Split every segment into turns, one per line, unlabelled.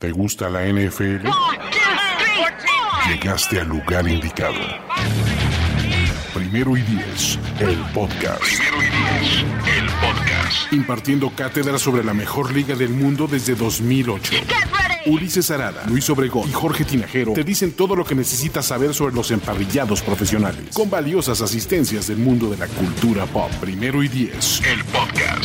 ¿Te gusta la NFL? Llegaste al lugar indicado. Primero y diez, el podcast. Primero y diez, el podcast. Impartiendo cátedra sobre la mejor liga del mundo desde 2008. Ulises Arada, Luis Obregón y Jorge Tinajero te dicen todo lo que necesitas saber sobre los emparrillados profesionales, con valiosas asistencias del mundo de la cultura pop. Primero y diez, el podcast.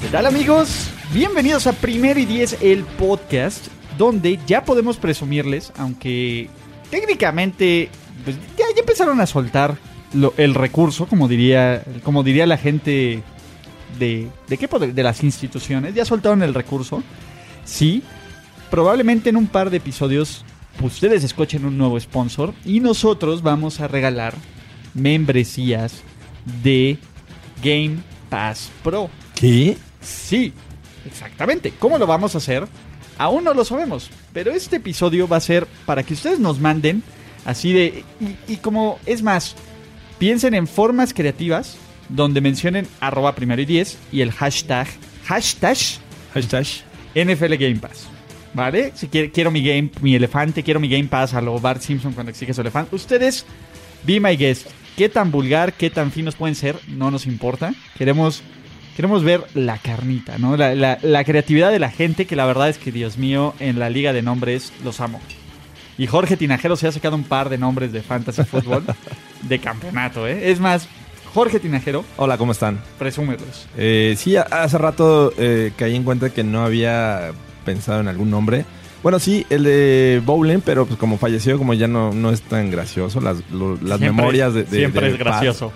¿Qué tal amigos? Bienvenidos a Primero y Diez, el podcast, donde ya podemos presumirles, aunque técnicamente pues, ya, ya empezaron a soltar lo- el recurso, como diría, como diría la gente de, ¿de, qué poder? de las instituciones, ya soltaron el recurso. Sí, probablemente en un par de episodios pues, ustedes escuchen un nuevo sponsor y nosotros vamos a regalar membresías de Game Pass Pro.
¿Qué?
Sí, exactamente. ¿Cómo lo vamos a hacer? Aún no lo sabemos, pero este episodio va a ser para que ustedes nos manden así de... Y, y como, es más, piensen en formas creativas donde mencionen arroba primero y 10 y el hashtag, hashtag
Hashtag.
NFL Game Pass. ¿Vale? Si quiere- quiero mi game, mi elefante, quiero mi Game Pass a lo Bart Simpson cuando exige su elefante. Ustedes, be my guest. ¿Qué tan vulgar, qué tan finos pueden ser? No nos importa. Queremos, queremos ver la carnita, ¿no? La, la- la creatividad de la gente que la verdad es que, Dios mío, en la liga de nombres los amo. Y Jorge Tinajero se ha sacado un par de nombres de fantasy fútbol de campeonato, ¿eh? Es más, Jorge Tinajero,
Hola, ¿cómo están?
presúmelos.
Eh, sí, a- hace rato eh, caí en cuenta que no había pensado en algún nombre. Bueno, sí, el de Bowling, pero pues como falleció, como ya no, no es tan gracioso, las, lo- las
Siempre-
memorias de, de-
Siempre
de
es
Paz.
gracioso.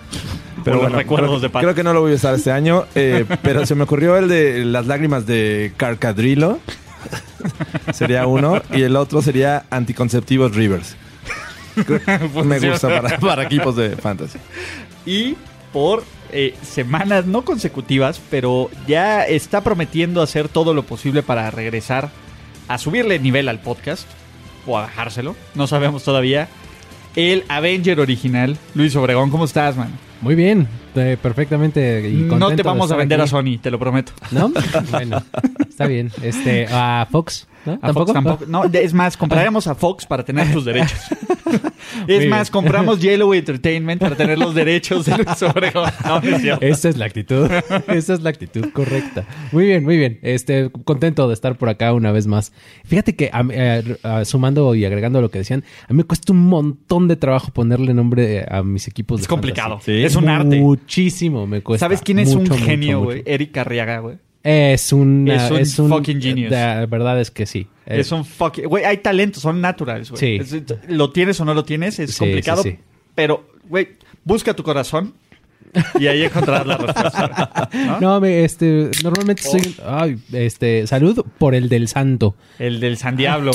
O los recuerdos
creo,
de Paz.
creo que no lo voy a usar este año, eh, pero se me ocurrió el de las lágrimas de Carcadrilo. sería uno. Y el otro sería Anticonceptivos Rivers.
Pues
me gusta para, para equipos de fantasy.
y por eh, semanas no consecutivas, pero ya está prometiendo hacer todo lo posible para regresar a subirle nivel al podcast o a bajárselo, no sabemos todavía. El Avenger original, Luis Obregón, ¿cómo estás, man?
Muy bien, eh, perfectamente. Y
No
contento
te
de
vamos a
estar
vender
aquí.
a Sony, te lo prometo.
¿No? Bueno, está bien. Este, a Fox, ¿no?
A Fox tampoco. No, de- es más, compraremos a Fox para tener sus derechos. es
bien.
más, compramos Yellow Entertainment para tener los derechos de Luis Obregón. No, no es cierto.
Esa es la actitud, esa es la actitud correcta. Muy bien, muy bien. Este, contento de estar por acá una vez más. Fíjate que a mí, eh, ah, sumando y agregando lo que decían, a mí me cuesta un montón de trabajo ponerle nombre eh, a mis equipos.
Es
de
complicado.
fantasy.
Sí.
Es un arte.
Muchísimo me cuesta.
¿Sabes quién es
pues, Mucho,
un
mucho,
genio,
mucho.
güey? Eric Arriaga, güey.
Es un
Es un fucking genius.
La verdad es que sí. Eh,
Es un fucking. Güey, hay talentos, son naturales, güey.
Sí.
Es- lo tienes o no lo tienes, es
Sí,
complicado.
sí, sí.
Pero, güey, busca tu corazón y ahí encontrarás la respuesta. güey, ¿no?
No, me, este, normalmente
Oh.
soy. Ay, este, salud por el del santo.
El del San Diablo.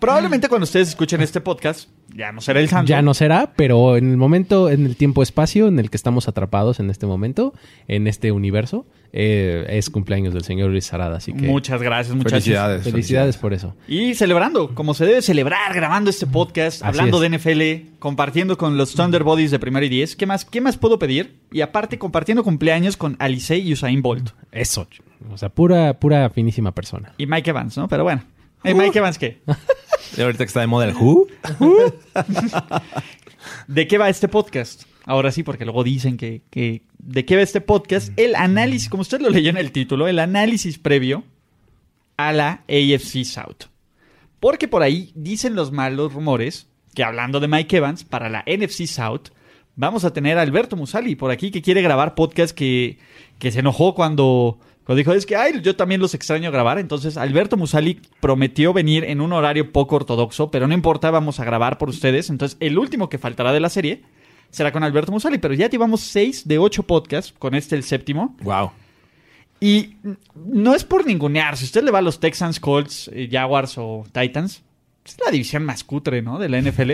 Probablemente cuando ustedes escuchen este podcast, ya no será el santo.
Ya no será, pero en el momento, en el tiempo-espacio en el que estamos atrapados en este momento, en este universo, eh, es cumpleaños del señor Luis Sarada, así que.
Muchas gracias, muchachos.
Felicidades.
Felicidades por eso.
Y celebrando, como se debe celebrar, grabando este podcast,
Así
hablando
es.
de NFL, compartiendo con los Thunderbodies de primero y diez. ¿Qué más, ¿Qué más puedo pedir? Y aparte, compartiendo cumpleaños con Alice y Usain Bolt.
Eso. O sea, pura, pura finísima persona.
Y Mike Evans, ¿no? Pero bueno. Eh, Mike Evans qué?
Y ahorita que está de moda el Who.
¿De qué va este podcast? Ahora sí, porque luego dicen que, que- ¿De qué va este podcast? El análisis, como usted lo leyó en el título, el análisis previo a la AFC South. Porque por ahí dicen los malos rumores que hablando de Mike Evans, para la NFC South, vamos a tener a Alberto Musali por aquí que quiere grabar podcast que, que se enojó cuando, cuando dijo, es que ay, yo también los extraño grabar. Entonces Alberto Musali prometió venir en un horario poco ortodoxo, pero no importa, vamos a grabar por ustedes. Entonces el último que faltará de la serie será con Alberto Musali, pero ya llevamos seis de ocho podcasts, con este el séptimo.
Wow.
Y no es por ningunear. Si usted le va a los Texans, Colts, eh, Jaguars o Titans, es la división más cutre, ¿no? De la NFL.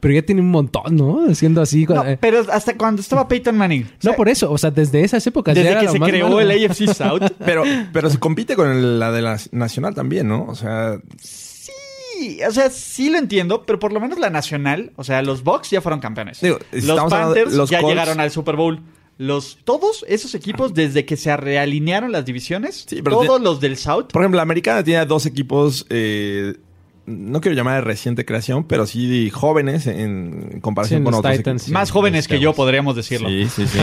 Pero ya tiene un montón, ¿no? Siendo así.
No,
cuando- eh, No,
pero hasta cuando estaba Peyton Manning. O sea,
por eso. O sea, desde esas épocas. ya
Desde
era
que
lo
se
más
creó
malo.
el AFC South.
Pero, pero se compite con el- la de la nacional también, ¿no? O sea,
Sí, o sea, sí lo entiendo, pero por lo menos la nacional, o sea, los Bucks ya fueron campeones.
Digo, si
los
estamos hablando de
Panthers
los
ya
Colts-
llegaron al Super Bowl. Los, todos esos equipos, desde que se realinearon las divisiones,
Sí, pero
todos los del South,
Por ejemplo, la americana tiene dos equipos, eh, no quiero llamar de reciente creación, pero sí jóvenes en comparación
Sí,
con
los
otros
Titans.
equipos.
Sí,
más
los
jóvenes que yo,
Tejanos.
podríamos decirlo.
Sí, sí, sí.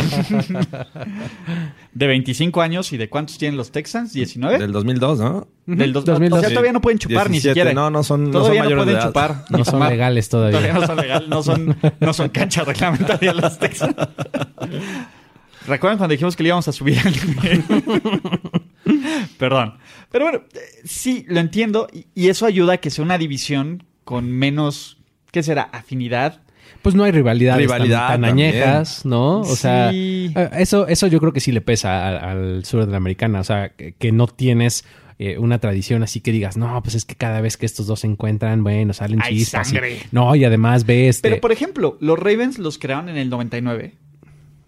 De 25 años y de cuántos tienen los Texans, 19.
Del 2002, ¿no?
Del dos-
2002.
O sea, todavía no pueden chupar ni
17.
siquiera.
No, no son, no son
todavía no,
mayores de
pueden
edad.
chupar. ni
No son
fumar.
legales todavía.
Todavía no son legal, no son, no son cancha reglamentaria las Texans. ¿Recuerdan cuando dijimos que le íbamos a subir al nivel? Perdón. Pero bueno, eh, sí, lo entiendo. Y, y eso ayuda a que sea una división con menos, ¿qué será? Afinidad.
Pues no hay rivalidades
Rivalidad
tan, tan
también.
añejas, ¿no? O sea,
Sí.
eh, eso, eso yo creo que sí le pesa al, al sur de la americana. O sea, que, que no tienes eh, una tradición así que digas, no, pues es que cada vez que estos dos se encuentran, bueno, salen
Hay
chispas. y-
sangre.
no, y además ve este.
Pero, por ejemplo, los Ravens los crearon en el 99.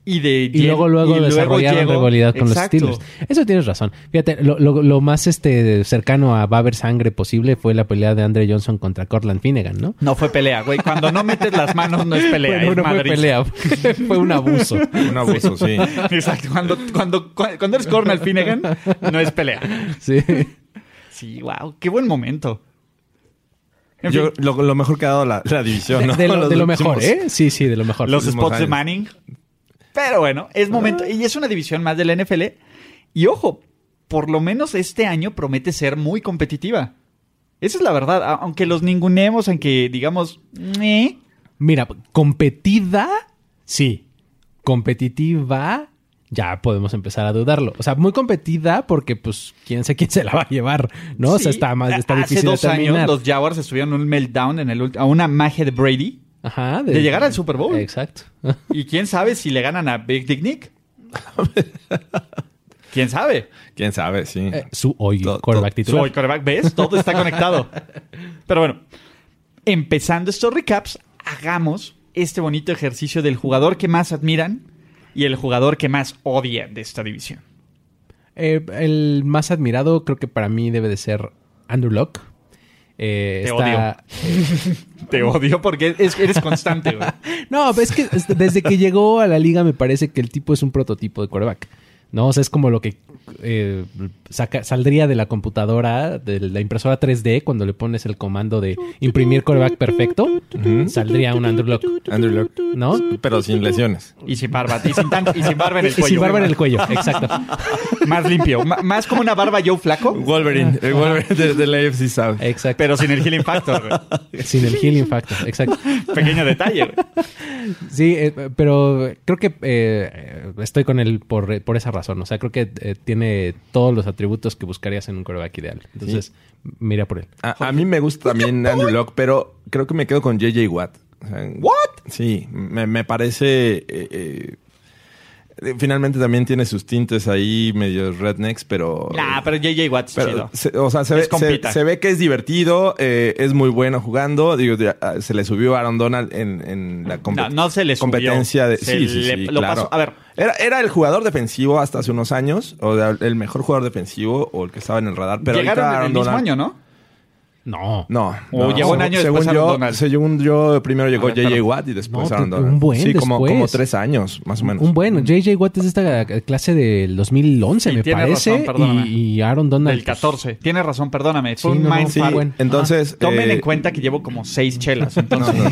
Y, de
y luego luego desarrollaron
llegó-
rivalidad con
Exacto.
los Steelers. Eso tienes razón. Fíjate, lo, lo- lo más este cercano a va a haber sangre posible fue la pelea de Andre Johnson contra Cortland Finnegan, ¿no?
No fue pelea, güey. Cuando no metes las manos no es pelea.
Bueno,
es
no fue
madriz.
pelea, fue un abuso.
Un abuso, sí.
Exacto. Cuando, cuando, cuando eres Cornel Finnegan, no es pelea.
Sí.
Sí, wow. Qué buen momento. En
Yo,
fin,
lo, lo mejor que ha dado la, la división, ¿no?
De, lo,
Los
de lo
últimos-
mejor, ¿eh? Sí, sí, de lo mejor.
los
últimos
spots de
años.
Manning. Pero bueno, es momento. Y es una división más de la NFL. Y ojo, por lo menos este año promete ser muy competitiva. Esa es la verdad. A- Aunque los ninguneemos, aunque digamos... "Meh",
Mira, competida, sí. Competitiva, ya podemos empezar a dudarlo. O sea, muy competida porque, pues, quién sé quién se la va a llevar, ¿no? o sea,
sí.
está, más, está
Hace
difícil
dos
de terminar.
años los Jaguars estuvieron en un meltdown en el ulti- a una magia de Brady.
Ajá,
de llegar al Super Bowl. Eh,
Exacto.
Y quién sabe si le ganan a Big Dick Nick. ¿Quién sabe?
Quién sabe, sí.
Eh, su hoy
To- to-
quarterback titular.
Soy quarterback, ¿ves? Todo está conectado. Pero bueno, empezando estos recaps, hagamos este bonito ejercicio del jugador que más admiran y el jugador que más odian de esta división.
Eh, el más admirado creo que para mí debe de ser Andrew Locke. Eh,
Te
está-
Te odio porque es- eres constante, güey.
No, es que es- desde que llegó a la liga me parece que el tipo es un prototipo de quarterback. No, o sea, es como lo que eh, saca- saldría de la computadora, de la impresora 3D, cuando le pones el comando de imprimir quarterback perfecto, saldría un Andrew Locke,
Andrew Luck.
¿no?
Pero sin lesiones.
Y sin barba, y sin, tan- y sin barba en el
Y
cuello.
sin barba en el cuello, exacto.
Más limpio, ma- más como una barba Joe Flaco,
Wolverine. El Wolverine de, de la AFC South.
Exacto.
pero sin el healing factor, güey.
Sin el healing factor, exacto.
Pequeño detalle, güey.
Sí, eh, pero creo que eh, estoy con él por, por esa razón. O sea, creo que eh, tiene todos los atributos que buscarías en un coreback ideal. Entonces, mira por él.
A, a mí me gusta también Andrew Locke, pero creo que me quedo con JJ Watt. O sea,
¿What?
Sí, me, me parece... eh, eh, eh, finalmente también tiene sus tintes ahí, medio rednecks, pero...
Nah, pero JJ Watt es
Pero,
chido.
se- o sea, se
Es
ve,
compita.
se, se ve que es divertido, eh, es muy bueno jugando. Digo, ya, ah, se le subió a Aaron Donald en, en la
No,
compet-
no se le subió.
competencia de.
Se
sí, sí,
le-
sí,
lo
claro.
pasó. A ver.
Era, era el jugador defensivo hasta hace unos años, o sea, el mejor jugador defensivo o el que estaba en el radar. Pero
Llegaron
ahorita
en el
Aaron
mismo
Donald-
año, ¿no?
No.
No.
O
no.
llegó un año después Aaron
yo,
Donald.
Según yo, primero llegó
ver,
J.J.
perdón.
Watt y después
No,
Aaron
pero un
Donald.
buen
sí, como,
después.
como tres años, más o menos.
Un bueno, JJ Watt es de esta clase del 2011,
Y
me
tiene razón,
parece.
perdóname.
y, y Aaron Donald.
Del
pues,
14. Tienes razón, perdóname. Fue
Sí,
un
no, no,
mind
Sí,
fuck. Este,
Bueno.
entonces.
Tomen
eh,
en cuenta que llevo como seis chelas. Entonces,
No, no,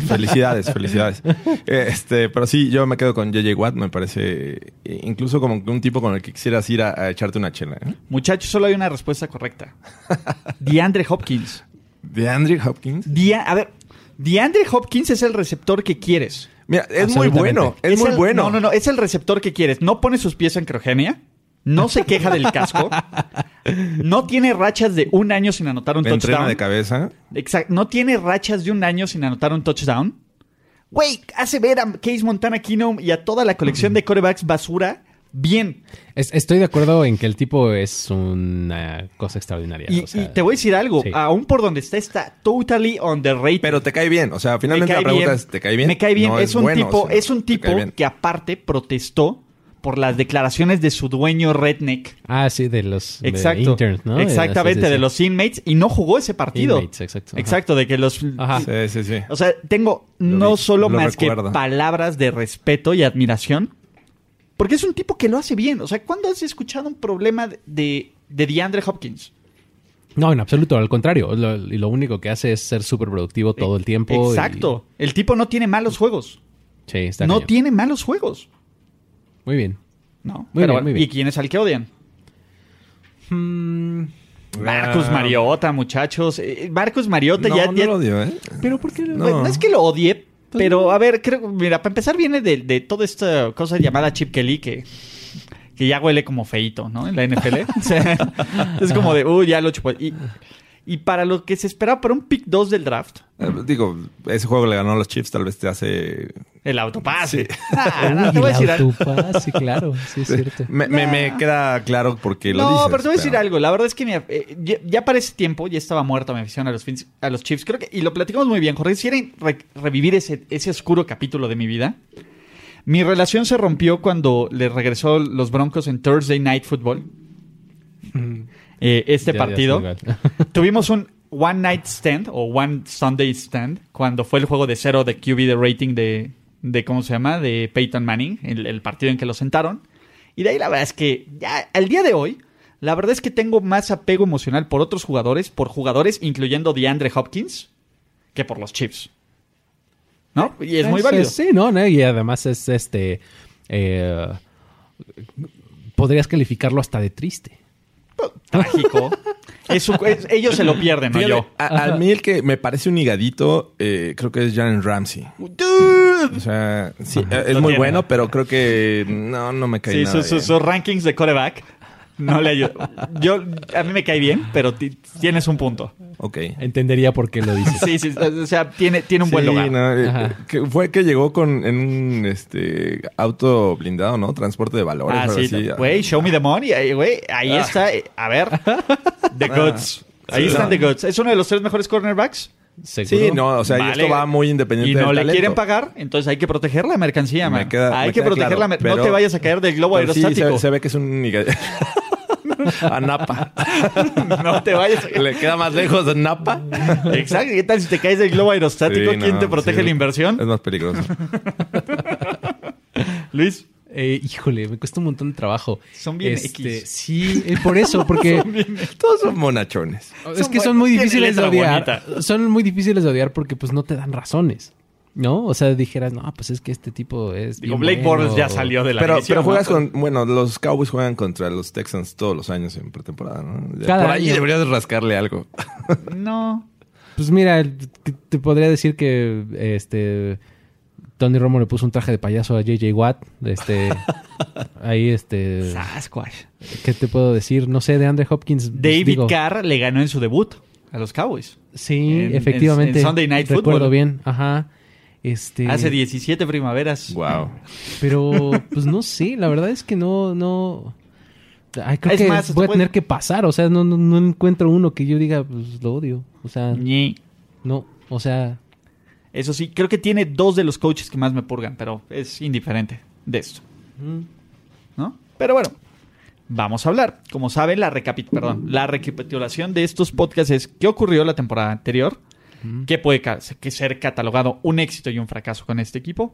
felicidades, felicidades. Eh, Este, pero sí, yo me quedo con JJ Watt, me parece eh, incluso como que un tipo con el que quisieras ir a, a echarte una chela. ¿eh?
muchachos, solo hay una respuesta correcta. DeAndre Hopkins.
De Andrew Hopkins.
Dia- a ver, DeAndre Hopkins es el receptor que quieres.
Mira, es muy
Absolutamente.
bueno, es, muy
el-
bueno.
No, no, no. Es el receptor que quieres. No pone sus pies en criogenia. No se queja del casco. No tiene rachas de un año sin anotar un
Entrena
touchdown.
de cabeza.
Exacto. No tiene rachas de un año sin anotar un touchdown. Güey, hace ver a Case Montana Keenum y a toda la colección de corebacks basura bien.
es- estoy de acuerdo en que el tipo es una cosa extraordinaria.
Y,
o sea,
y te voy a decir algo.
sí.
Aún por donde está, está totally underrated.
Pero te cae bien, o sea,
Me
finalmente
cae
la pregunta
bien.
es, ¿te cae bien?
Me cae bien.
No
es, un
bueno,
tipo,
o sea,
es un
te cae
tipo
bien.
que aparte protestó por las declaraciones de su dueño Redneck.
Ah, sí, de los de
Exacto.
interns, ¿no?
Exactamente,
Sí, sí, sí.
de los inmates y no jugó ese partido.
Inmates, exacto, ajá.
Exacto, de que los
Ajá.
Sí, sí, sí.
O sea, tengo
Lo
no
vi,
solo
lo
más
recuerdo.
que palabras de respeto y admiración Porque es un tipo que lo hace bien. O sea, ¿cuándo has escuchado un problema de, de DeAndre Hopkins?
No, en absoluto, al contrario. Lo, y lo único que hace es ser súper productivo todo el tiempo. y-
Exacto. El tipo no tiene malos juegos.
Sí, está
no
cañón.
tiene malos juegos.
Muy bien.
No.
Muy
Pero
bien, muy bien.
¿Y quién es al que odian? Hmm, Marcus
Ah.
Mariota, muchachos. Eh, Marcus Mariota
No,
ya,
no
ya-
lo odio, ¿eh?
Pero ¿por qué
No.
Bueno, no es que lo odie, pero a ver, creo, mira, para empezar viene de, de toda esta cosa llamada Chip Kelly que, que ya huele como feito, ¿no? En la NFL. O sea, es como de, uy, ya lo chupó. Y, y para lo que se esperaba para un pick 2 del draft,
Eh, Digo, ese juego le ganó a los Chiefs, tal vez te hace.
el autopase.
Sí.
Ah,
Uy,
no, te voy a
el
decir algo. ¿Este
autopase, sí, claro. Sí, es cierto.
Me, me- me queda claro porque lo
no,
dices.
pero te voy a decir algo. La verdad es que mira, eh, ya, ya para ese tiempo ya estaba muerta mi afición a los, Fins- a los Chiefs. Creo que, y lo platicamos muy bien, Jorge. Quisiera re- revivir ese, ese oscuro capítulo de mi vida. Mi relación se rompió cuando le regresó los Broncos en Thursday Night Football. Eh, este
Ya, ya
partido.
estoy igual.
Tuvimos un One Night Stand o One Sunday Stand cuando fue el juego de cero de QB de rating de, de ¿cómo se llama? De Peyton Manning, el, el partido en que lo sentaron. Y de ahí la verdad es que ya al día de hoy, la verdad es que tengo más apego emocional por otros jugadores, por jugadores incluyendo DeAndre Hopkins, que por los Chiefs. ¿No? Y es muy válido.
Sí, no, no, y además es este. eh, podrías calificarlo hasta de triste.
Trágico. Es su- es- ellos se lo pierden, no
Fíjate,
yo.
a- a mí el que me parece un higadito, eh, creo que es Jalen Ramsey. O sea, sí, eh, es
Lo
muy
tiene.
bueno, pero creo que no, no me cae
Sí,
nada
sus, sus-
bien.
sus rankings de coreback no le ayudan. Yo, a mí me cae bien, pero ti- tienes un punto.
Ok.
Entendería por qué lo dices.
Sí, sí, o sea, tiene, tiene un buen
Sí,
lugar.
no, eh,
Ajá.
que fue que llegó con en un este auto blindado, ¿no? Transporte de valores.
Ah,
algo
sí,
así.
güey, show me the money, eh, güey, ahí está, eh, a ver, the goods, ahí
Ah, Sí,
están
no.
the goods, es uno de los tres mejores cornerbacks
¿Seguro?
Sí, no, o sea, y
Vale.
esto va muy independiente
y no
del
le
talento.
quieren pagar, entonces hay que proteger la mercancía,
Me
man,
queda-
hay
me
que
queda
proteger la
claro,
mercancía, no
pero-
te vayas a caer del globo
Pero sí,
aerostático,
se, se ve que es un higadito. A Napa.
no te vayas a
Le queda más lejos de Napa.
Exacto, ¿qué tal si te caes del globo aerostático?
Sí,
¿Quién
no,
te protege
sí.
la inversión?
Es más peligroso.
Luis.
Eh, híjole, me cuesta un montón de trabajo.
Son bien X.
Sí, eh, por eso, porque
Todos son monachones.
es
Son
que son
buen-
muy
tienen
difíciles de
letra
odiar.
bonita.
Son muy difíciles de odiar porque pues no te dan razones. ¿No? O sea, dijeras, no, pues es que este tipo es.
Digo,
bien
Blake
bueno".
Bortles ya salió de la
Pero,
división,
pero juegas
¿no?
con. Bueno, los Cowboys juegan contra los Texans todos los años en pretemporada, ¿no? Ya
Cada
Por ahí
año.
deberías rascarle algo.
No.
Pues mira, el- te- te podría decir que este Tony Romo le puso un traje de payaso a JJ Watt. Este. ahí, este.
Sasquatch.
¿Qué te puedo decir? No sé, de Andre Hopkins. pues,
David
digo,
Carr le ganó en su debut a los Cowboys.
Sí,
en- en-
efectivamente.
en Sunday Night
Recuerdo
Football.
bien, ajá. Este,
Hace 17 primaveras.
Wow.
Pero, pues no sé, la verdad es que no, no. Ay, creo
Es
que
más,
voy a
tú
tener
puedes-
que pasar, o sea, no, no, no encuentro uno que yo diga, pues lo odio. O sea,
Ñe.
no, o sea,
Eso sí, creo que tiene dos de los coaches que más me purgan, pero es indiferente de esto.
mm.
¿No? Pero bueno, vamos a hablar. Como saben, la, recapi- perdón, la recapitulación de estos podcasts es qué ocurrió la temporada anterior, qué puede ca- que ser catalogado un éxito y un fracaso con este equipo,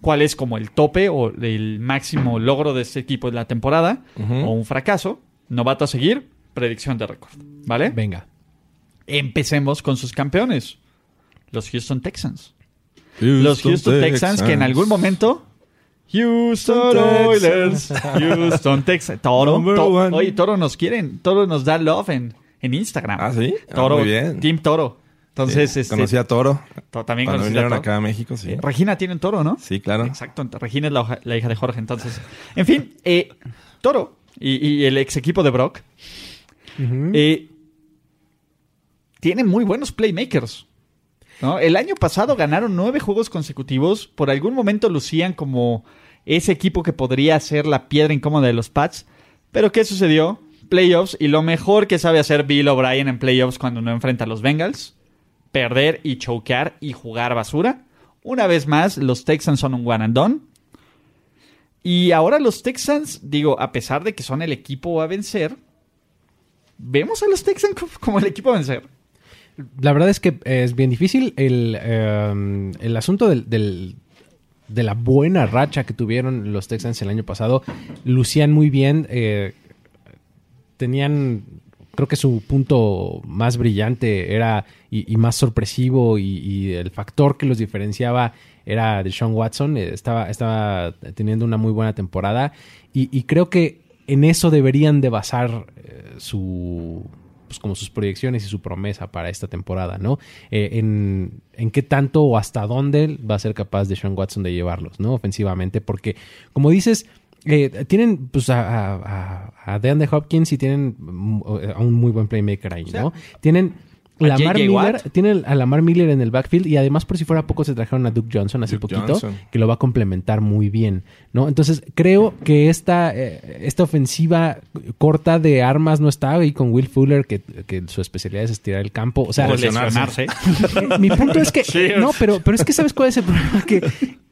cuál es como el tope o el máximo logro de este equipo en la temporada, o un fracaso, novato a seguir, predicción de récord. ¿Vale?
venga.
Empecemos con sus campeones, los Houston Texans. Los Houston Texans que en algún momento... Houston Oilers, Houston Texans. Toro,
Number
to-
one.
oye, Toro nos quieren, Toro nos da love en, en Instagram.
Ah, ¿sí? Ah,
Toro,
muy bien.
Team Toro. Entonces,
Sí,
este,
Conocí a Toro.
to- también
Cuando
conocí a
vinieron
Toro.
acá a México, sí.
Regina tiene un toro, ¿no?
Sí, claro.
Exacto, ent- Regina es la, hoja- la hija de Jorge, entonces. En fin, eh, Toro y, y el ex equipo de Brock eh, tienen muy buenos playmakers. ¿no? El año pasado ganaron nueve juegos consecutivos. Por algún momento lucían como ese equipo que podría ser la piedra incómoda de los Pats. Pero ¿qué sucedió? Playoffs y lo mejor que sabe hacer Bill O'Brien en playoffs cuando no enfrenta a los Bengals perder y choquear y jugar basura. Una vez más, los Texans son un one and done. Y ahora los Texans, digo, a pesar de que son el equipo a vencer, vemos a los Texans co- como el equipo a vencer.
em, La verdad es que es bien difícil el, eh, el asunto del, del de la buena racha que tuvieron los Texans el año pasado. Lucían muy bien. eh, tenían, creo que su punto más brillante era y, y más sorpresivo y, y el factor que los diferenciaba era de Sean Watson. Eh, Estaba, estaba teniendo una muy buena temporada y, y creo que en eso deberían de basar eh, su pues como sus proyecciones y su promesa para esta temporada, ¿no? Eh, en, en qué tanto o hasta dónde va a ser capaz de Sean Watson de llevarlos, ¿no? Ofensivamente, porque como dices, eh, tienen pues a, a, a- a DeAndre Hopkins y tienen mm, a un muy buen playmaker ahí, ¿no? tienen
a
Lamar
J.J. Watt.
Miller, tienen a Lamar Miller en el backfield y además por si fuera poco se trajeron a Duke Johnson hace
Duke
poquito
Johnson.
que lo va a complementar muy bien, ¿no? Entonces creo que esta, eh, esta ofensiva corta de armas no está ahí con Will Fuller que, que su especialidad es estirar el campo, o sea,
O lesionarse.
mi punto es que
Sí,
no, pero, pero es que sabes cuál es el problema que,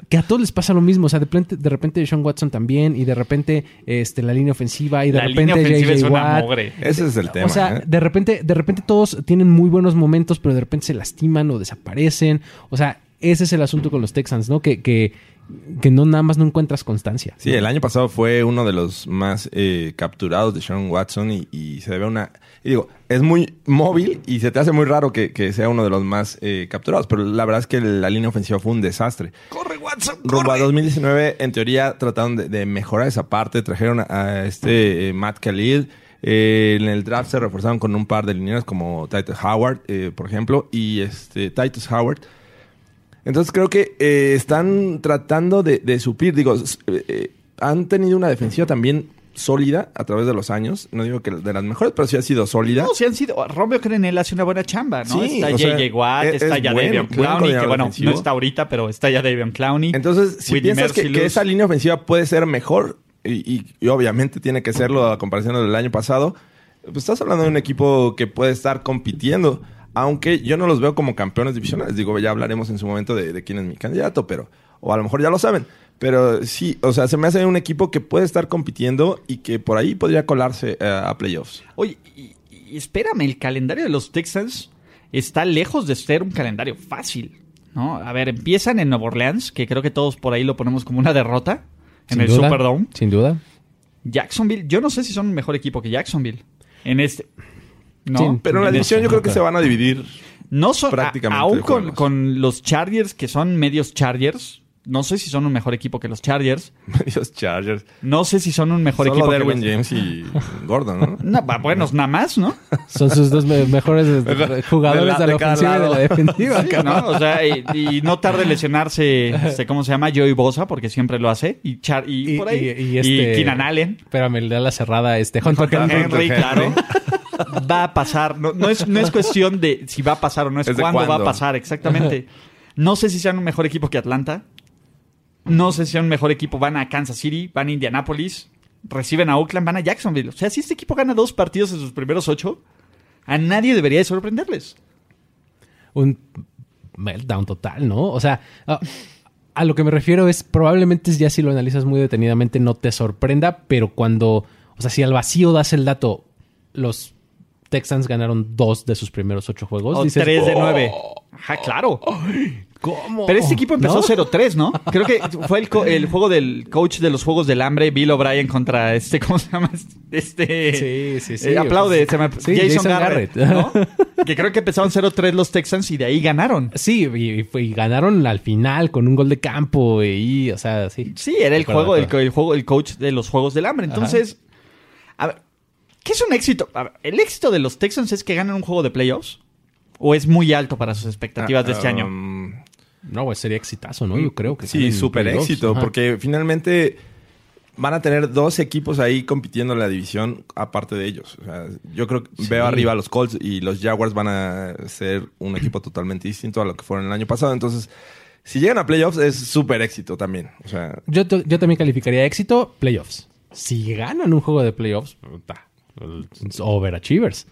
que a todos les pasa lo mismo, o sea, de repente de repente Sean Watson también y de repente este la línea ofensiva y de
La línea
repente
ofensiva es
JJ
una
Watt
mogre.
Ese es el tema.
o sea,
¿eh?
de repente, de repente todos tienen muy buenos momentos, pero de repente se lastiman o desaparecen. O sea, ese es el asunto con los Texans, ¿no? Que, que, que no nada más no encuentras constancia.
Sí, el año pasado fue uno de los más eh, capturados de Sean Watson y, y se debe a una... y digo, es muy móvil y se te hace muy raro que, que sea uno de los más eh, capturados, pero la verdad es que la línea ofensiva fue un desastre.
¡Corre, Watson!
Rumbo a 2019, en teoría, trataron de, de mejorar esa parte. Trajeron a, a este eh, Matt Khalil. Eh, en el draft se reforzaron con un par de lineras como Titus Howard, eh, por ejemplo, y este Titus Howard. Entonces creo que eh, están tratando de, de suplir. Digo, s- eh, eh, han tenido una defensiva también sólida a través de los años. No digo que de las mejores, pero sí ha sido sólida.
No, si han sido. Romeo Crenel hace una buena chamba, ¿no?
Sí,
está
o sea,
J.J. Watt,
es-
está
es
ya
buen-
Davion
buen
Clowney, que
coordinador
bueno,
ofensivo.
no está ahorita, pero está ya Davion Clowney.
Entonces, si
Whitney
piensas que,
Mercilus.
que esa línea ofensiva puede ser mejor, y, y- y obviamente tiene que serlo a comparación del año pasado, pues estás hablando de un equipo que puede estar compitiendo. Aunque yo no los veo como campeones divisionales. Digo, ya hablaremos en su momento de, de quién es mi candidato, pero... O a lo mejor ya lo saben. Pero sí, o sea, se me hace un equipo que puede estar compitiendo y que por ahí podría colarse eh, a playoffs.
Oye, y- y espérame, el calendario de los Texans está lejos de ser un calendario fácil, ¿no? A ver, empiezan en Nueva Orleans, que creo que todos por ahí lo ponemos como una derrota en
Sin
el
duda,
Superdome.
Sin duda.
Jacksonville, yo no sé si son un mejor equipo que Jacksonville en este. No,
Sí,
Pero en la
En
división
eso,
yo creo que
claro.
se van a dividir.
no son. a-
prácticamente
aún con,
juegos.
con los Chargers, que son medios Chargers, no sé si son un mejor equipo que los Chargers.
Dios, Chargers.
No sé si son un mejor
Solo
equipo que
Derwin
los-
James y Gordon, ¿no?
No, va, bueno, nada más, ¿no?
Son sus dos me- mejores eh, jugadores
De la-
de la,
de cada
ofensiva y de
lado.
la defensiva.
Sí, ¿no? O sea, y, y no tarde en lesionarse, este, ¿cómo se llama? Joey Bosa, porque siempre lo hace. Y, Char y,
Y-
por ahí.
y-
Y,
y este-
Keenan Allen.
Pero me da la cerrada este Hunter Henry.
Henry, claro. Va a pasar. No, no es, no es cuestión de si va a pasar o no, es,
Es de
cuándo, va a
cuándo.
pasar, exactamente. No sé si sean un mejor equipo que Atlanta. No sé si sean un mejor equipo. Van a Kansas City, van a Indianapolis, reciben a Oakland, van a Jacksonville. O sea, si este equipo gana dos partidos en sus primeros ocho, a nadie debería de sorprenderles.
un meltdown total, ¿no? O sea, a, a lo que me refiero es probablemente ya si lo analizas muy detenidamente no te sorprenda, pero cuando, o sea, si al vacío das el dato, los Texans ganaron dos de sus primeros ocho juegos.
O
dices,
3 de
"Oh,
9. Ajá, claro.
¿Cómo?
Pero este equipo empezó
¿No?
0-3, ¿no? Creo que fue el, co- el juego del coach de los Juegos del Hambre, Bill O'Brien, contra este, ¿cómo se llama? Este...
Sí, sí, sí.
eh, aplaude, se me-
Sí,
Jason,
Jason
Garrett.
Garrett.
¿no? que creo que empezaron 0-3 los Texans y de ahí ganaron.
Sí, y, y fue- y ganaron al final con un gol de campo y, o sea, sí.
Sí, era el
Recuerdo,
juego, el,
recuerdo.
el juego, el coach de los Juegos del Hambre. Entonces, a ver, ¿qué es un éxito? A ver, ¿el éxito de los Texans es que ganan un juego de playoffs? ¿O es muy alto para sus expectativas de este año?
Um,
No, pues sería exitazo, ¿no? Yo creo que
Sí,
ganen
súper
playoffs.
éxito,
Ajá.
porque finalmente van a tener dos equipos ahí compitiendo en la división aparte de ellos. O sea, yo creo que veo arriba a los Colts y los Jaguars van a ser un equipo totalmente distinto a lo que fueron el año pasado. Entonces, si llegan a playoffs es súper éxito también. O sea,
Yo, t- yo también calificaría éxito playoffs. Si ganan un juego de playoffs, puta, pues, it's overachievers.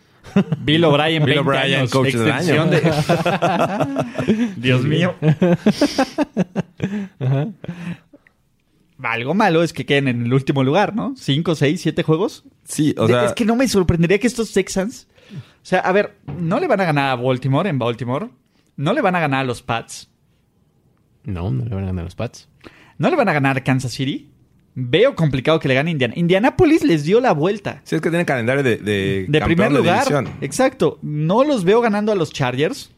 Bill O'Brien, 20
Bill O'Brien,
años,
coach del
extensión
año.
de- Dios mío. Algo malo es que queden en el último lugar, ¿no? Cinco, seis, siete juegos.
sí, o
De-
sea,
es que no me sorprendería que estos Texans. O sea, a ver, no le van a ganar a Baltimore en Baltimore. No le van a ganar a los Pats.
No, no le van a ganar a los Pats.
¿No le van a ganar Kansas City? Veo complicado que le gane Indiana. Indianapolis les dio la vuelta.
Si es que tiene calendario de, de,
De
campeón
primer
de
lugar.
división.
exacto. No los veo ganando a los Chargers.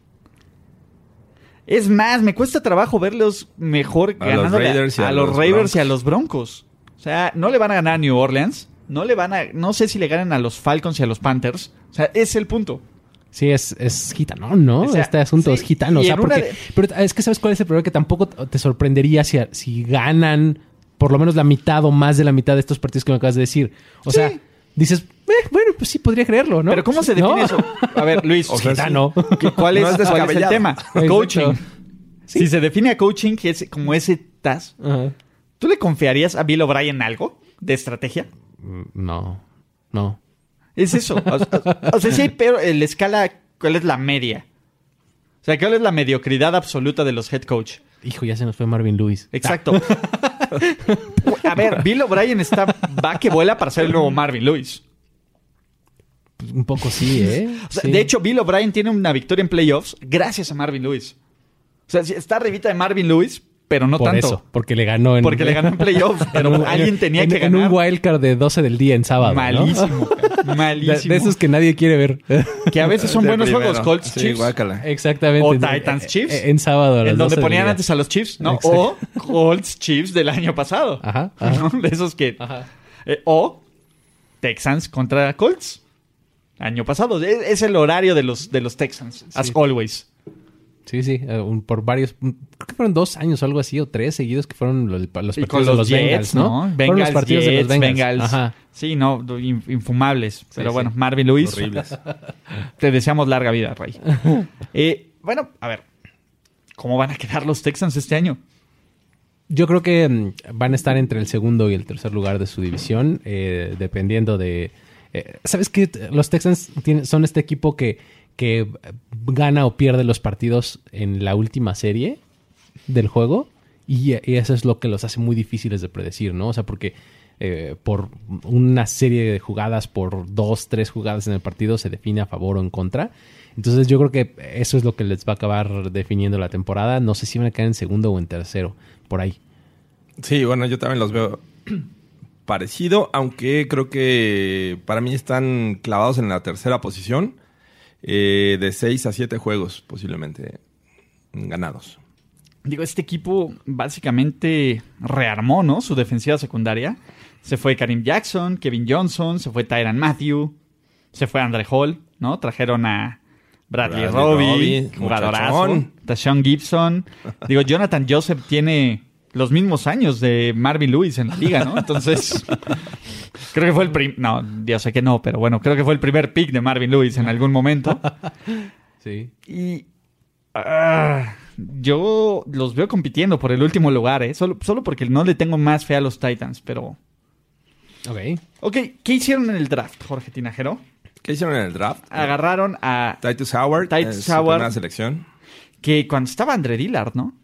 Es más, me cuesta trabajo verlos mejor
A los
ganando
Raiders y
a,
a
los
los
Ravers
Broncos.
y a los Broncos. O sea, no le van a ganar a New Orleans. No le van a. No sé si le ganan a los Falcons y a los Panthers. O sea, ese es el punto.
Sí, es, es gitano, ¿no?
O sea,
este asunto
sí,
es gitano.
y
O sea,
en una
porque,
de-
Pero es que sabes cuál es el problema que tampoco te sorprendería si, si ganan por lo menos la mitad o más de la mitad de estos partidos que me acabas de decir. O
Sí.
sea, dices, "Eh, bueno, pues sí, podría creerlo, ¿no?
Pero ¿cómo se define
¿No?
eso? A ver, Luis.
O sea, sí.
gitano.
¿Qué- ¿Cuál, es,
No
cuál
es
es el
descabellado.
tema?
Exacto.
Coaching. Si se define a coaching que es como ese TAS,
Ajá.
¿tú le confiarías a Bill O'Brien algo de estrategia?
Mm, No, no.
Es eso. O, o- o sea, sí, pero en la escala, ¿cuál es la media? O sea, ¿cuál es la mediocridad absoluta de los head coach?
Hijo, ya se nos fue Marvin Lewis.
Exacto. a ver, Bill O'Brien está va que vuela para ser el nuevo Marvin Lewis.
Pues Un poco sí, ¿eh?
O sea,
Sí.
De hecho, Bill O'Brien tiene una victoria en playoffs gracias a Marvin Lewis. O sea, sí, está arribita de Marvin Lewis, pero no
por
tanto.
eso, porque le ganó en...
Porque le ganó en playoffs, pero
en un-
alguien tenía
en-
que
En
ganar.
un wildcard de 12 del día en sábado, ¿no?
malísimo, cara,
De,
malísimo.
de esos que nadie quiere ver.
que a veces son
De
buenos
primero.
juegos, Colts
Sí,
Chiefs.
guácala.
Exactamente.
O
En-
Titans
en-
Chiefs.
En, sábado. a las
En donde
12 del
ponían
día.
antes a los Chiefs, ¿no?
Exacto.
O Colts Chiefs del año pasado.
Ajá, ajá.
¿No? De esos que.
Ajá.
eh, o Texans contra Colts. Año pasado. Es, es el horario de los, de los Texans. As always.
Sí, sí. eh, un- por varios. mm, Creo que fueron dos años o algo así, o tres seguidos que fueron los, los partidos
Y con
de
los,
los
Jets,
Bengals, ¿no?
¿no?
Fueron
Bengals,
los partidos de los
Jets,
Bengals.
Ajá.
Ajá.
Sí, no, do- in- infumables. Pero
sí.
bueno, Marvin Lewis.
Horribles.
Te deseamos larga vida, Ray. Eh, bueno, a ver. ¿Cómo van a quedar los Texans este año?
Yo creo que mm, van a estar entre el segundo y el tercer lugar de su división, eh, dependiendo de... eh, ¿Sabes qué? Los Texans tienen- son este equipo que, que eh, gana o pierde los partidos en la última serie del juego y, eh, y eso es lo que los hace muy difíciles de predecir, ¿no? O sea, porque eh, por una serie de jugadas, por dos, tres jugadas en el partido, se define a favor o en contra. Entonces yo creo que eso es lo que les va a acabar definiendo la temporada. No sé si van a quedar en segundo o en tercero, por ahí.
Sí, bueno, yo también los veo parecido, aunque creo que para mí están clavados en la tercera posición eh, de 6 a 7 juegos posiblemente ganados.
Digo, este equipo básicamente rearmó, ¿no? Su defensiva secundaria. Se fue Karim Jackson, Kevin Johnson, se fue Tyran Matthew, se fue Andre Hall, ¿no? Trajeron a Bradley,
Bradley
Roby,
Roby,
jugadorazo,
muchachón.
Tashawn Gibson. Digo, Jonathan Joseph tiene los mismos años de Marvin Lewis en la liga, ¿no? Entonces, creo que fue el primer... No, ya sé que no, pero bueno, creo que fue el primer pick de Marvin Lewis en algún momento.
Sí.
Y. ah, yo los veo compitiendo por el último lugar, ¿eh? Solo, solo porque no le tengo más fe a los Titans, pero.
Ok.
Ok, ¿qué hicieron en el draft, Jorge Tinajero?
¿Qué hicieron en el draft?
Agarraron a.
Titus Howard,
Titus
en su
Howard.
primera selección.
Que cuando estaba Andre Dillard, ¿no?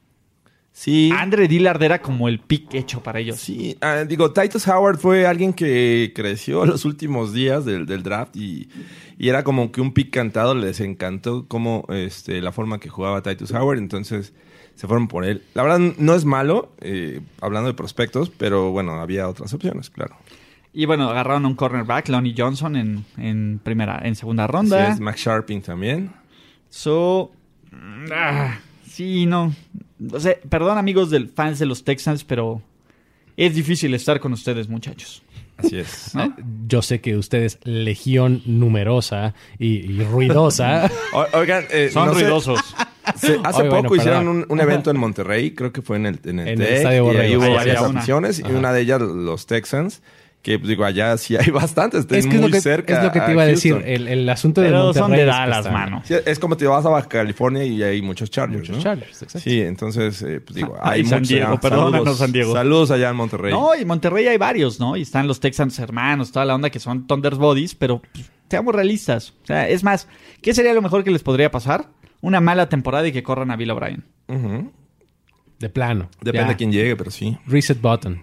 Sí,
Andre Dillard era como el pick hecho para ellos.
sí. ah, digo, Titus Howard fue alguien que creció los últimos días del, del draft y, y era como que un pick cantado, les encantó como este, la forma que jugaba Titus Howard, entonces se fueron por él. La verdad no es malo, eh, hablando de prospectos, pero bueno, había otras opciones, claro.
Y bueno, agarraron a un cornerback, Lonnie Johnson, en, en primera, en segunda
Así
ronda.
es, Max Sharping también.
So. ah, sí, no. O sea, perdón, amigos del fans de los Texans, pero. Es difícil estar con ustedes, muchachos.
Así es.
¿no?
Yo sé que ustedes, legión numerosa y, y ruidosa.
O- oigan, eh,
Son
no sé,
ruidosos.
se- hace
Ay, bueno,
poco hicieron
perdón.
un, un evento en Monterrey, creo que fue en el, en el,
En el
TEC,
Estadio
y ahí
Borrego.
hubo
Ahí
varias
había una.
aficiones, y una de ellas los Texans, que pues, digo, allá sí hay bastantes, están
es que es
muy
lo que,
cerca
es lo que
a
te iba a decir. eh.
Houston.
El, el asunto de
Pero
Monterrey
son de
es que
Dallas,
están
mano.
Sí, es como te vas a Baja California y hay muchos Chargers,
Muchos
¿no?
Chargers, exacto.
Sí, entonces, eh, pues digo,
Ay,
hay
San
muchos.
Diego,
allá.
perdónanos,
Saludos-
San Diego.
Saludos allá en Monterrey.
No, y en Monterrey hay varios, ¿no? Y están los Texans hermanos, toda la onda que son Thunders Bodies, pero pues, seamos realistas. O sea, es más, ¿qué sería lo mejor que les podría pasar? Una mala temporada y que corran a Bill O'Brien.
Ujú.
De plano.
Depende
Ya.
de quién llegue, pero sí.
Reset button.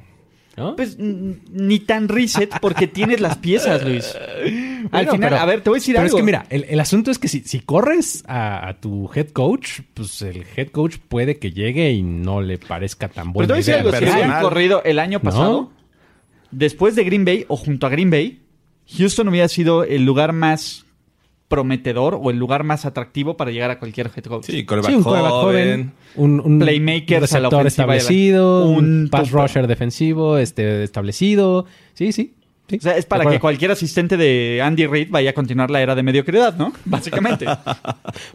¿no?
Pues mm, ni tan reset porque tienes las piezas, Luis. Al
Bueno,
final,
pero-
a ver, te voy a decir
Pero
algo.
es que mira, el, el asunto es que si, si corres a, a tu head coach, pues el head coach puede que llegue y no le parezca
Pero
tan buena
te voy a decir
idea.
algo. Si
personal.
hubieran corrido el año pasado,
¿No?
después de Green Bay o junto a Green Bay, Houston hubiera sido el lugar más prometedor o el lugar más atractivo para llegar a cualquier head coach.
Sí,
Sí, un quarterback joven, un, un
Playmakers a la
receptor
ofensiva y a la-
establecido,
un
un pass
top-
rusher defensivo este, establecido. Sí, sí. sí.
O sea, es para
De
que
acuerdo.
cualquier asistente de Andy Reid vaya a continuar la era de mediocridad, ¿no? Básicamente.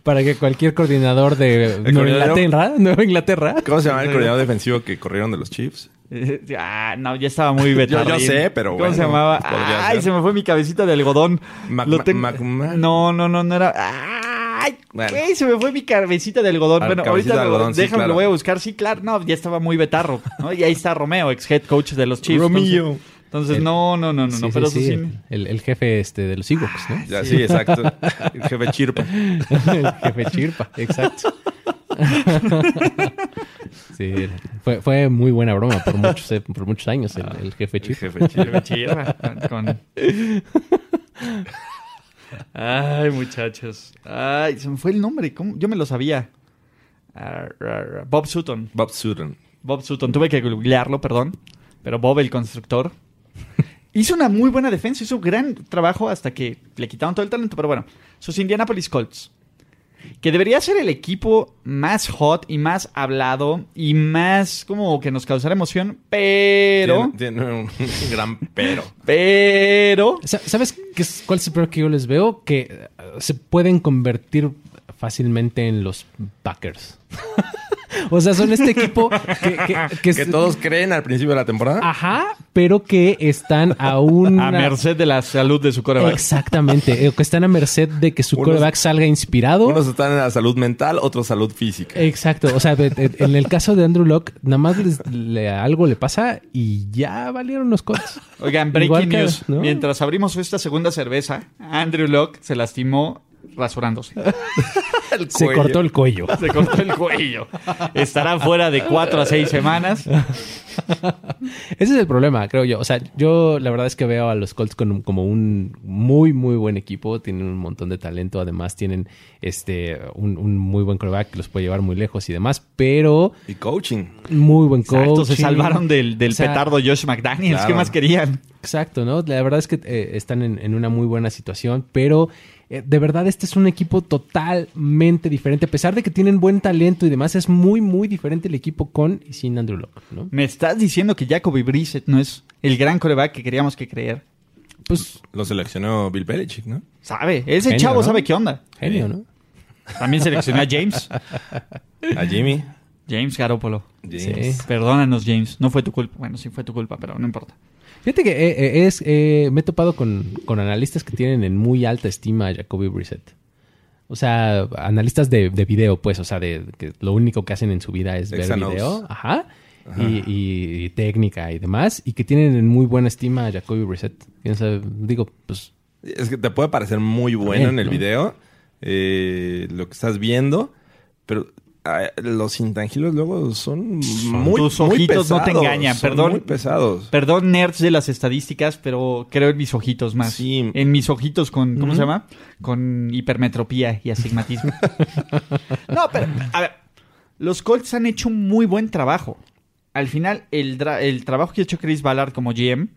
Para que cualquier coordinador de Nueva
coordinador-
Inglaterra, Nueva Inglaterra
¿Cómo se llama el coordinador defensivo que corrieron de los Chiefs?
Eh, ah, no, ya estaba muy vetado.
Yo- yo sé, pero
¿Cómo
bueno,
se llamaba?
podría
Ay,
ser.
se me fue mi cabecita de algodón.
Mac-
Lo tengo-
Mac- Mac-
no, no, no, no era. Ay,
Bueno.
¿qué? Se me fue mi cabecita de algodón.
Ah,
bueno,
cabecita
ahorita
de
lo-
algodón, sí,
déjame,
claro.
lo voy a buscar. Sí, claro. No, ya estaba muy betarro. ¿no? Y ahí está Romeo, ex head coach de los Chiefs.
Romeo.
Entonces, entonces, no, no, no, no, no.
Sí,
Pero
sí,
eso
sí,
sí.
El, el jefe este, de los Ewoks, ¿no?
Ya, sí. exacto. El jefe Chirpa.
El jefe Chirpa, exacto. Sí, fue, fue muy buena broma por muchos, eh, por muchos años el, el jefe
El
Chirpa.
jefe Chirpa.
Chirra, con- Ay, muchachos. Ay, se me fue el nombre. ¿cómo? Yo me lo sabía. Ar, ar, ar. Bob Sutton.
Bob Sutton.
Bob Sutton. Tuve que googlearlo, perdón. Pero Bob, el constructor, hizo una muy buena defensa. Hizo un gran trabajo hasta que le quitaron todo el talento. Pero bueno, sus Indianapolis Colts. Que debería ser el equipo más hot y más hablado y más como que nos causara emoción. Pero,
Tiene, tiene un gran pero.
pero,
Sa- ¿Sabes qué es- cuál es el problema que yo les veo? Que eh, se pueden convertir fácilmente en los Packers. o sea, son este equipo que, que- que es-
Que todos creen al principio de la temporada.
Ajá, pero que están a un...
Ah, A merced de la salud de su coreback.
Exactamente, eh, que están a merced de que su
Unos-
quarterback salga inspirado.
Unos están en la salud mental, otros salud física.
Exacto, o sea, de- de- en el caso de Andrew Locke, nada más les- le- algo le pasa y ya valieron los cots.
Oigan, breaking
Igual que-
news.
¿no?
Mientras abrimos esta segunda cerveza, Andrew Locke se lastimó rasurándose.
Se
cuello.
cortó el cuello.
Se cortó el cuello. Estará fuera de cuatro a seis semanas.
Ese es el problema, creo yo. O sea, yo la verdad es que veo a los Colts con un- como un muy, muy buen equipo. Tienen un montón de talento. Además, tienen este un, un muy buen quarterback que los puede llevar muy lejos y demás. Pero
Y coaching.
muy buen coach.
Exacto, se salvaron del, del
O sea,
petardo Josh McDaniels. ¿Qué
claro.
más querían?
Exacto, ¿no? La verdad es que eh, están en, en una muy buena situación, pero eh, de verdad este es un equipo totalmente diferente. A pesar de que tienen buen talento y demás, es muy, muy diferente el equipo con y sin Andrew Locke, ¿no?
¿Me estás diciendo que Jacoby Brissett no es el gran coreback que queríamos que creer?
Pues
Lo seleccionó Bill Belichick, ¿no?
Sabe, ese
Genio,
chavo
¿no?
sabe qué onda.
genio, ¿no?
También seleccionó a James.
A Jimmy.
James Garoppolo.
James.
Sí.
Perdónanos, James. No fue tu culpa. Bueno, sí fue tu culpa, pero no importa.
Fíjate que eh, eh, es, eh, me he topado con, con analistas que tienen en muy alta estima a Jacoby Brissett. O sea, analistas de, de video, pues, o sea, de que lo único que hacen en su vida es ver
Exanos.
video, ajá, Y, y- y técnica y demás, y que tienen en muy buena estima a Jacoby Brissett. Quién sabe, digo, pues,
Es que te puede parecer muy bueno en el
¿no?
video, eh, lo que estás viendo, pero ah, los intangibles luego son, muy,
tus
muy
ojitos no te
pesados,
engañan,
son
perdón.
Muy pesados.
Perdón, nerds de las estadísticas, pero creo en mis ojitos más.
Sí.
En mis ojitos con, ¿cómo se llama? Con hipermetropía y astigmatismo. no, pero, a ver, los Colts han hecho un muy buen trabajo. Al final, el, dra- el trabajo que ha hecho Chris Ballard como GM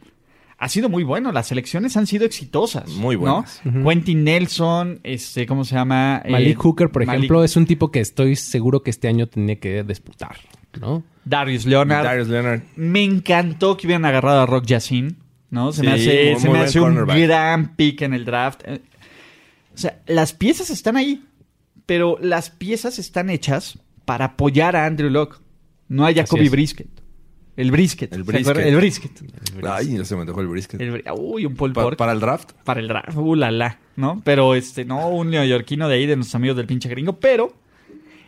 ha sido muy bueno. Las selecciones han sido exitosas.
Muy buenas.
¿no? Quentin Nelson, este, ¿cómo se llama? Eh,
Malik Hooker, por
Malik-
ejemplo, es un tipo que estoy seguro que este año tenía que disputar, ¿no?
Darius Leonard.
Darius Leonard.
Me encantó que hubieran agarrado a Rock Yacine, ¿no? Se me
Sí,
hace, se
muy- muy
me
buen
hace un
cornerback.
gran pick en el draft. Eh, O sea, las piezas están ahí, pero las piezas están hechas para apoyar a Andrew Locke, no a Jacoby
es.
Brisket. El Brisket.
El
¿se acuerdan?
brisket.
El Brisket.
Ay, ya se me dejó el brisket.
El bri- uy, un Paul
Pa-
Pork.
para el draft,
Para el draft, uh, la, la, ¿no? Pero este, no, un neoyorquino de ahí, de nuestros amigos del pinche gringo, pero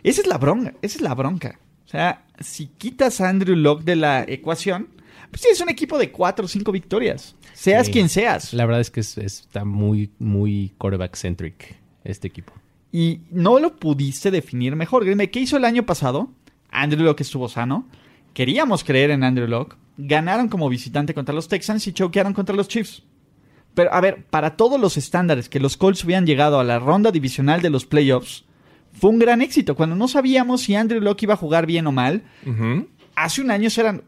esa es la bronca, esa es la bronca. O sea, si quitas a Andrew Locke de la ecuación, pues tienes un equipo de cuatro o cinco victorias, seas
Sí.
quien seas.
La verdad es que es- está muy, muy quarterback-centric este equipo.
Y no lo pudiste definir mejor. Green Bay, ¿qué hizo el año pasado? Andrew Locke estuvo sano. Queríamos creer en Andrew Locke. Ganaron como visitante contra los Texans y choquearon contra los Chiefs. Pero a ver, para todos los estándares que los Colts hubieran llegado a la ronda divisional de los playoffs, fue un gran éxito. Cuando no sabíamos si Andrew Locke iba a jugar bien o mal, hace un año eso eran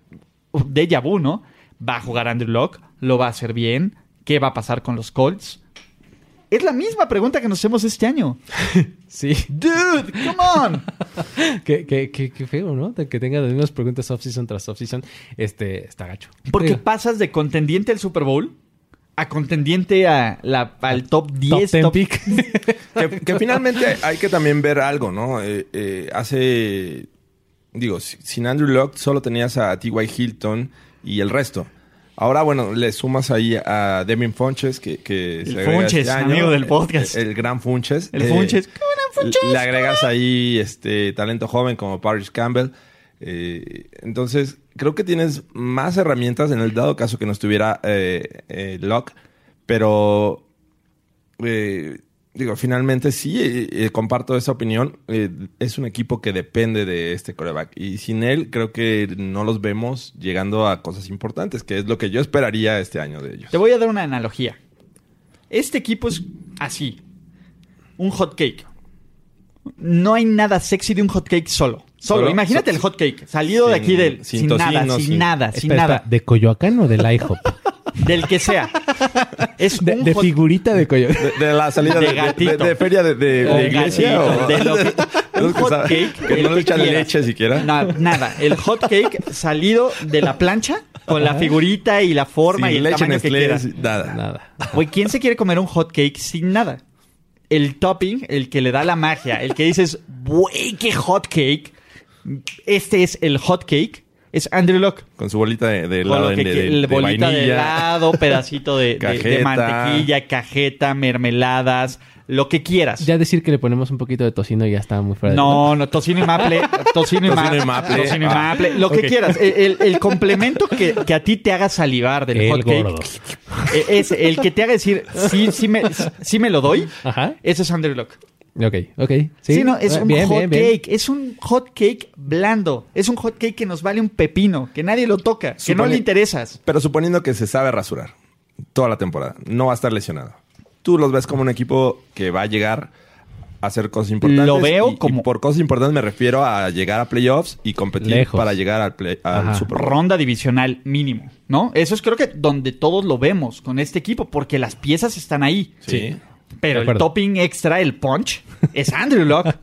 déjà vu, ¿no? Va a jugar Andrew Locke, lo va a hacer bien, ¿qué va a pasar con los Colts? Es la misma pregunta que nos hacemos este año.
Sí.
Dude, come on.
Qué, qué, qué, qué feo, ¿no? De Que tenga las mismas preguntas off-season tras off-season. Este, está gacho.
Porque
Digo,
pasas de contendiente al Super Bowl a contendiente a la- al top 10.
top 10
top-
pick.
que, que finalmente hay que también ver algo, ¿no? Eh, eh, hace. Digo, si- sin Andrew Luck solo tenías a T.Y. Hilton y el resto. Ahora, bueno, le sumas ahí a Devin Funches, que, que
El
agrega
Funches, amigo del
Eh,
podcast.
El, gran Funches.
el
Eh,
Funches. Come on, Funches.
le agregas ahí este talento joven como Paris Campbell. Eh, entonces, creo que tienes más herramientas en el dado caso que no estuviera eh, eh, Locke. Pero, eh, digo, finalmente sí, eh, eh, comparto esa opinión. Eh, es un equipo que depende de este coreback. Y sin él, creo que no los vemos llegando a cosas importantes, que es lo que yo esperaría este año de ellos.
Te voy a dar una analogía. Este equipo es así. Un hot cake. No hay nada sexy de un hot cake solo. Solo,
Solo,
imagínate
so-
el hot cake, salido de
sin-
aquí del sin,
sin tocino,
nada, sin,
sin-
nada, sin
Espera,
nada,
espera, ¿De Coyoacán o del IHOP?
del que sea. Es
De,
un
de
hot
figurita de Coyoacán.
De, de la salida
De
de, de-
gatito.
de- de feria de, de-
o
de iglesia.
gatito,
o-
de lo que-
de
un
los que
hot
saben-
cake,
que no
el
le echan
quieras.
leche siquiera.
No, nada, el hot cake salido de la plancha con la figurita y la forma
Ah. Sin
y el
leche
tamaño que
Nestlé,
quieras.
sin- nada.
Nada.
Güey, ¿quién se quiere comer un hot cake sin nada? El topping, el que le da la magia, el que dices, güey, qué hot cake. Este es el hot cake. Es Andrew Locke.
Con su bolita de, de
Con
helado
lo que
de, de-
quie- el
de
bolita de
vainilla.
helado, pedacito de, de- de
Cajeta.
mantequilla, cajeta, mermeladas, lo que quieras.
Ya decir que le ponemos un poquito de tocino ya está muy fuera de
No, no, tocino y maple. Tocino y,
Tocino y
maple.
maple.
Tocino y
Ah.
maple. Lo
Ok.
que quieras. El, el- el complemento que, que a ti te haga salivar del
El
hot cake.
gordo.
eh, Es el que te haga decir, sí, sí me, sí me lo doy.
Ajá.
Ese es Andrew Locke.
Ok, ok.
Sí,
Sí, Ah,
no, es un
Bien,
hot
bien, bien.
cake. Es un hot cake blando. Es un hot cake que nos vale un pepino, que nadie lo toca, que no
Supone-
le interesas.
Pero suponiendo que se sabe rasurar toda la temporada, no va a estar lesionado. Tú los ves como un equipo que va a llegar a hacer cosas importantes.
Lo veo
y- y
como-
por cosas importantes me refiero a llegar a playoffs y competir
Lejos.
para llegar al, play- al
Ajá.
Super Bowl.
Ronda divisional mínimo, ¿no? Eso es creo que donde todos lo vemos con este equipo, porque las piezas están ahí.
Sí.
Pero
De
el
acuerdo.
topping extra, el punch, es Andrew Locke.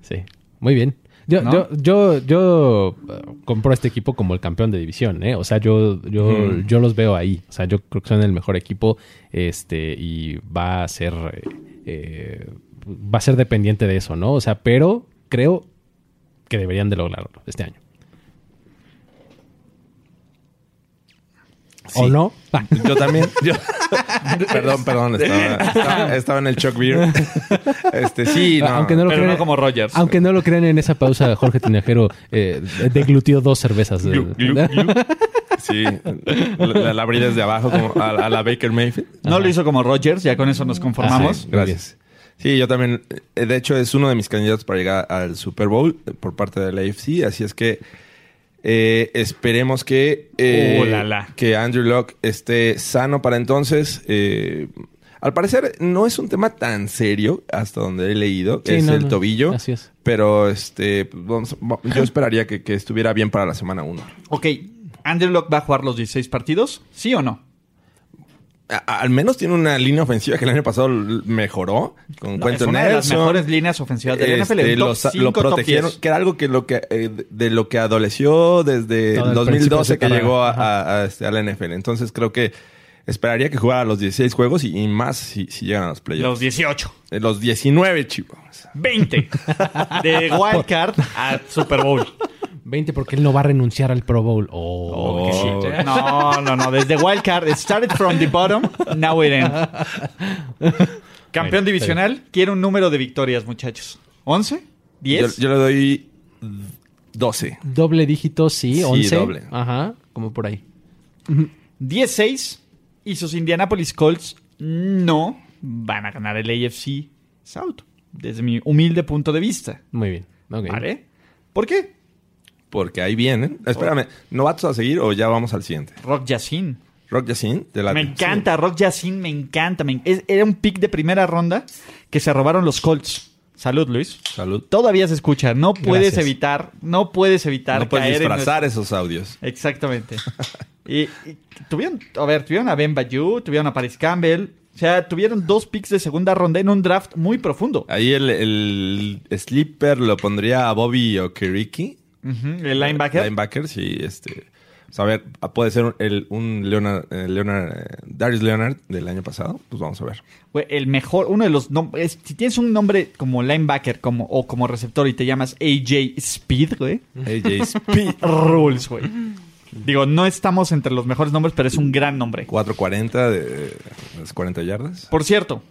Sí, muy bien. Yo,
¿No?
yo, yo, yo eh, compro a este equipo como el campeón de división, ¿eh? O sea, yo, yo, yo los veo ahí. O sea, yo creo que son el mejor equipo este, y va a ser... eh, eh, va a ser dependiente de eso, ¿no? O sea, pero creo que deberían de lograrlo este año. ¿O
Sí.
no? Va.
Yo también. Yo- perdón, perdón. Estaba, estaba- estaba en el Chuck Beer. Este, sí, no.
Aunque no lo
Pero
crean,
no como Rodgers.
Aunque no lo crean en esa pausa, Jorge Tinajero eh, deglutió dos cervezas.
Glu, glu, glu. Sí, la, la abrí desde abajo como a, a la Baker Mayfield.
No lo hizo como Rogers, ya con eso nos
Ah,
conformamos.
sí.
Gracias. Sí, yo también. eh, De hecho, es uno de mis candidatos para llegar al Super Bowl eh, por parte de la AFC. Así es que eh, esperemos que, eh,
Oh, la, la.
que Andrew Locke esté sano para entonces. Eh, al parecer, no es un tema tan serio hasta donde he leído.
Sí,
es
no,
el
no.
tobillo.
Así es.
Pero este, vamos- va- yo esperaría que, que estuviera bien para la semana 1.
Ok, ¿Andrew Locke va a jugar los 16 partidos? ¿Sí o no?
A- Al menos tiene una línea ofensiva que el año pasado l- mejoró. Con
No, es
Quentin
una de las
Nelson.
mejores líneas ofensivas de la NFL.
Este,
un top
lo, sa-
cinco,
lo
top
protegieron,
10.
que era algo que lo que eh, de- de lo que adoleció desde
Todo el
el
principio de su
2012 que
carrera.
llegó a, a- a, este, a la NFL. Entonces creo que esperaría que jugara los 16 juegos y, y más si, si llegan a los
Los
playoffs.
18,
Eh, Los, 19, chicos.
20. De wildcard a Super Bowl.
20 porque él no va a renunciar al Pro Bowl. Oh,
Oh.
que sí.
No, no, no. Desde wildcard. It started from the bottom. Now it ends. Campeón divisional. Quiero un número de victorias, muchachos. ¿11?
Yo,
¿10?
yo le doy 12.
Doble dígito, sí,
Sí,
11.
doble.
Ajá, como por ahí.
16 y sus Indianapolis Colts no van a ganar el AFC South. Desde mi humilde punto de vista.
Muy bien. ok.
¿Vale? ¿Por qué?
Porque ahí vienen. Espérame, ¿novatos a seguir o ya vamos al siguiente?
Rock Yacine.
Rock Yacine, te late.
Me encanta, Rock Yacine me encanta. me en- es- era un pick de primera ronda que se robaron los Colts. Salud, Luis.
Sí. Salud.
Todavía se escucha. No puedes
Gracias.
evitar, no puedes evitar
No puedes
caer en
disfrazar esos audios.
Exactamente. y, y tuvieron, a ver, tuvieron a Ben Bayou, tuvieron a Paris Campbell. O sea, tuvieron dos picks de segunda ronda en un draft muy profundo.
Ahí el, el sleeper lo pondría a Bobby Okereke.
Ujú, El linebacker.
Linebacker, sí. Este, o sea, a ver, puede ser un, el- un Leonard, eh, Leonard, eh, Darius Leonard del año pasado. Pues vamos a ver.
Güey, el mejor, uno de los nom- es- Si tienes un nombre como linebacker como, o como receptor y te llamas AJ Speed, güey.
Mm.
AJ Speed,
Speed Rules, güey. Digo, no estamos entre los mejores nombres, pero es un gran nombre.
440 de eh, las 40 yardas.
Por cierto,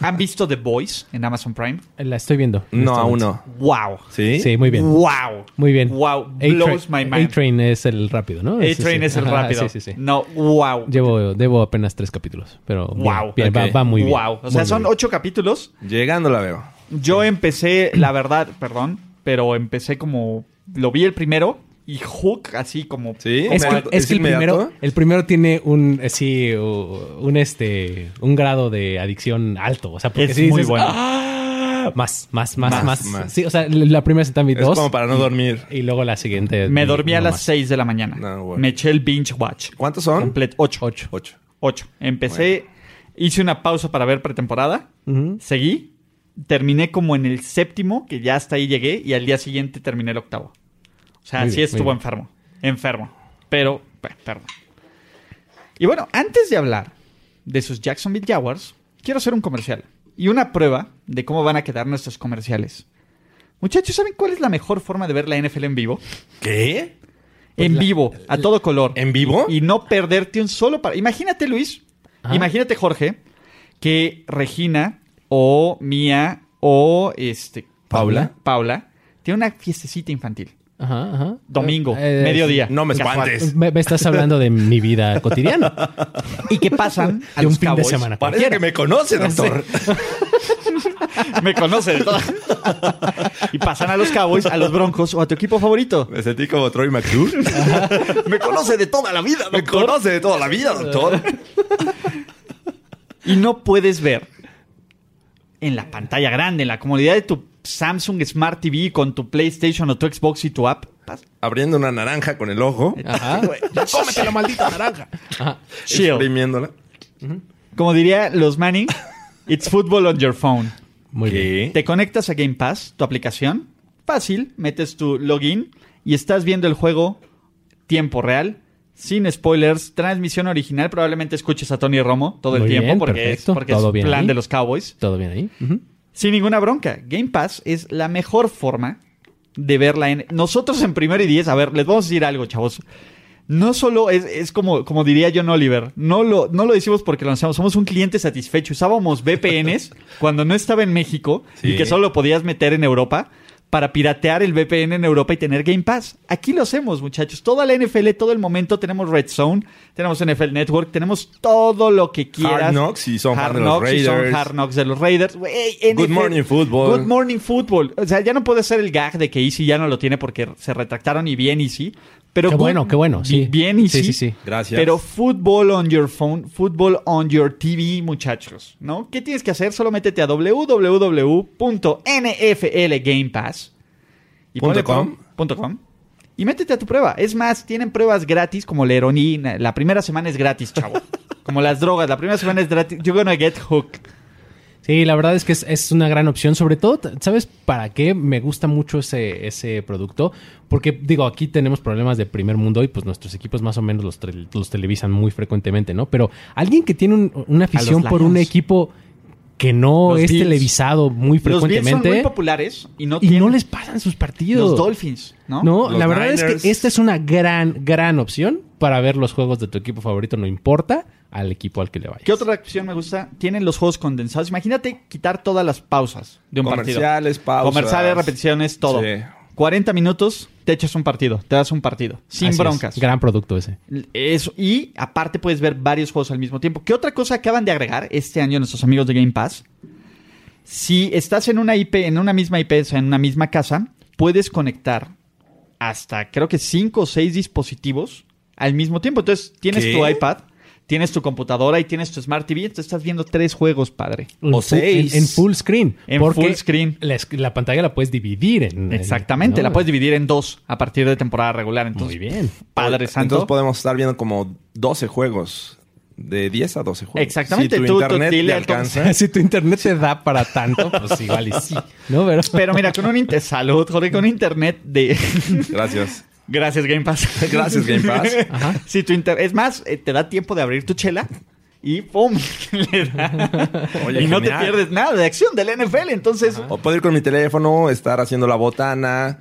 ¿han visto The Boys en Amazon Prime?
La estoy viendo. en
No,
este
aún
momento.
no.
¡Wow!
¿Sí?
Sí, muy bien.
¡Wow!
Muy bien.
¡Wow!
A-Train-
Blows my mind.
A-Train es el rápido, ¿no? Ese
A-Train
sí.
es el
Ajá,
rápido.
Sí, sí, sí.
No, wow.
Llevo, debo apenas tres capítulos, pero bien,
Wow,
bien, va,
ok.
va muy bien.
wow. O sea,
Muy,
son
muy bien.
ocho capítulos.
Llegando la veo.
Yo empecé, la verdad, perdón, pero empecé como. Lo vi el primero y Hook, así como.
Sí,
como
Es que,
Inmediato-
es que el,
inmediato.
primero, el primero tiene un, eh, sí, u- un, este, un grado de adicción alto. O sea, porque
es
sí
muy
dices,
bueno.
"Ah, Más, más, más,
Más,
más,
más.
Sí, o sea, la primera sentada mi
Es
dos
como para no dormir.
y luego la siguiente.
Me dormí a
no
las
más.
6 de la mañana.
No, bueno.
Me eché el binge watch.
¿Cuántos son?
Completo. 8.
Ocho.
8.
8. Empecé, hice una pausa para ver pretemporada. Seguí. Terminé como en el séptimo, que ya hasta ahí llegué, y al día siguiente terminé el octavo. O sea,
Muy
sí
bien, muy
estuvo
bien.
enfermo. Enfermo. Pero, pe- perdón. Y bueno, antes de hablar de sus Jacksonville Jaguars, quiero hacer un comercial. Y una prueba de cómo van a quedar nuestros comerciales. Muchachos, ¿saben cuál es la mejor forma de ver la NFL en vivo?
¿Qué?
Pues
En vivo, a todo color.
¿En vivo?
Y no perderte un solo par. Imagínate, Luis.
Ajá.
Imagínate, Jorge, que Regina o Mía o este.
Paula.
Paula tiene una fiestecita infantil.
Ajá, ajá.
Domingo,
Eh,
mediodía.
No me
Casual.
espantes.
Me, me estás hablando de mi vida cotidiana.
Y que pasan a
de un
los
fin de
Cowboys.
semana.
Parece que me conoce, doctor.
Me conoce de todas. y pasan a los Cowboys, a los Broncos o a tu equipo favorito.
Me sentí como Troy McClure. me conoce de toda la vida, Me conoce de toda la vida, doctor.
y no puedes ver en la pantalla grande, en la comodidad de tu Samsung Smart TV con tu PlayStation o tu Xbox y tu app. Pas-
Abriendo una naranja con el ojo,
Ah,
Ajá.
Cómete la maldita naranja.
Ajá.
Chill.
exprimiéndola.
Como diría los Manning, it's football on your phone.
Muy bien.
¿Qué?
Te conectas a Game Pass, tu aplicación. Fácil, metes tu login y estás viendo el juego tiempo real, sin spoilers, transmisión original. Probablemente escuches a Tony Romo todo el
Muy
tiempo
bien,
porque es,
perfecto.
porque es
Todo bien
plan
ahí.
de los Cowboys.
Todo bien ahí. Ujú.
Sin ninguna bronca. Game Pass es la mejor forma de verla en. Nosotros en primero y diez, a ver, les vamos a decir algo, chavos. No solo es, es como, como diría John Oliver, no lo, no lo decimos porque lo lanzamos, somos un cliente satisfecho. Usábamos VPNs cuando no estaba en México
Sí.
y que solo podías meter en Europa para piratear el VPN en Europa y tener Game Pass. Aquí lo hacemos, muchachos. Toda la NFL, todo el momento, tenemos Red Zone, tenemos NFL Network, tenemos todo lo que quieras.
Hard Knocks, y son fan
Hard
de los
Knocks, y son
Raiders.
Hard Knox de los Raiders. Güey, NFL.
Good Morning Football.
Good Morning Football. O sea, ya no puede ser el gag de que Easy ya no lo tiene porque se retractaron y bien Easy. Pero
Qué
Good-
bueno, qué bueno, sí.
Bien Easy.
Sí, sí, sí.
Gracias.
Pero Football on your phone, Football on your TV, muchachos. ¿No? ¿Qué tienes que hacer? Solo métete a www.nflgamepass. y ponle
Punto com.
pro- punto com. Y métete a tu prueba. Es más, tienen pruebas gratis como la heroína. La primera semana es gratis, chavo. Como las drogas. La primera semana es gratis. You're gonna get hooked.
Sí, la verdad es que es, es una gran opción. Sobre todo, t- ¿sabes para qué me gusta mucho ese, ese producto? Porque, digo, aquí tenemos problemas de primer mundo y pues nuestros equipos más o menos los, tre- los televisan muy frecuentemente, ¿no? Pero alguien que tiene un- una afición por un
Lions.
equipo que no
Los
es
Bills.
televisado muy
Los Bills son muy
frecuentemente
populares y no
y
tienen
no les pasan sus partidos.
los Dolphins, ¿no?
No,
Los
la verdad es
Niners.
que esta es una gran, gran opción para ver los juegos de tu equipo favorito, no importa al equipo al que le vayas.
¿Qué otra opción me gusta? Tienen los juegos condensados. Imagínate quitar todas las pausas de un partido.
Comerciales, pausas.
Comerciales, repeticiones, todo.
Sí.
40 minutos, te echas un partido, te das un partido, sin
Así es,
broncas.
gran producto ese.
Eso, y aparte puedes ver varios juegos al mismo tiempo. ¿Qué otra cosa acaban de agregar este año nuestros amigos de Game Pass? Si estás en una IP, en una misma IP, o sea, en una misma casa, puedes conectar hasta creo que 5 o 6 dispositivos al mismo tiempo. Entonces, tienes
¿Qué?
tu iPad, tienes tu computadora y tienes tu Smart TV, entonces estás viendo tres juegos, padre.
En fu-
seis.
En, en full screen.
En
porque
full screen.
La, es- la pantalla la puedes dividir. en- en-
Exactamente,
¿no?
la puedes dividir en dos a partir de temporada regular. Entonces,
Muy bien.
Padre
Entonces
Santo.
podemos estar viendo como 12 juegos. De 10 a 12 juegos.
Exactamente,
Si tu
tú- tú
internet
dile
te
al
alcanza.
Si tu internet te da para tanto, pues igual y sí. ¿No? Pero,
Pero mira, con un inter- salud, Jorge, con internet de
Gracias.
gracias Game Pass.
Gracias, Game Pass.
Ajá.
Si tu inter- es más, eh, te da tiempo de abrir tu chela y pum, le da.
Oye,
y no te
genial.
pierdes nada de acción del NFL, entonces
O puedo ir con mi teléfono, estar haciendo la botana.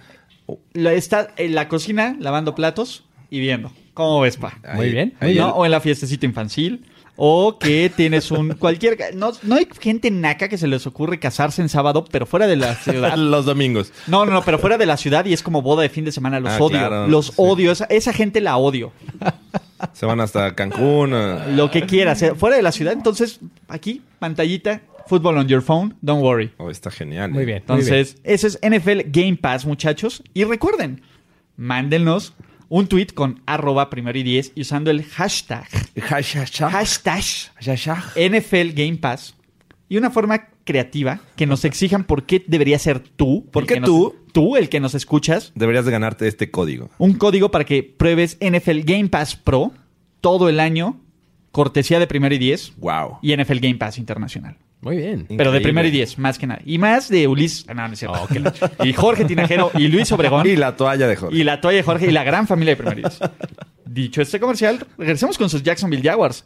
la- está en la cocina lavando platos y viendo. ¿Cómo ves, pa?
Muy bien.
ahí
¿no?
el-
O en la fiestecita infantil. O que tienes un cualquier no, no hay gente naca que se les ocurre casarse en sábado, pero fuera de la ciudad.
los domingos.
No, no, no, pero fuera de la ciudad y es como boda de fin de semana, los
Ah,
odio.
claro,
los
sí.
odio, esa, esa gente la odio.
Se van hasta Cancún. eh.
Lo que quieras, eh, fuera de la ciudad, entonces aquí, pantallita, fútbol on your phone, don't worry.
Oh, está genial. eh.
Muy bien.
Entonces, ese es NFL Game Pass, muchachos. Y recuerden, mándenos un tweet con arroba primero y diez y usando el hashtag,
Hashashah.
hashtag
Hashashah.
NFL Game Pass y una forma creativa que nos exijan por qué debería ser tú.
¿Por
el
qué
que nos-
tú?
tú, el que nos escuchas.
Deberías de ganarte este código.
un código para que pruebes NFL Game Pass Pro todo el año, cortesía de Primero y Diez
Wow.
y NFL Game Pass Internacional.
Muy
Pero
bien.
de
Increíble. Oh,
Primero y Diez, más que nada. Y más de Ulises, ah, no, no es cierto. y Jorge Tinajero y Luis Obregón.
Y la toalla de Jorge.
y la toalla de Jorge y la gran familia de Primero y Diez. Dicho este comercial, regresemos con sus Jacksonville Jaguars.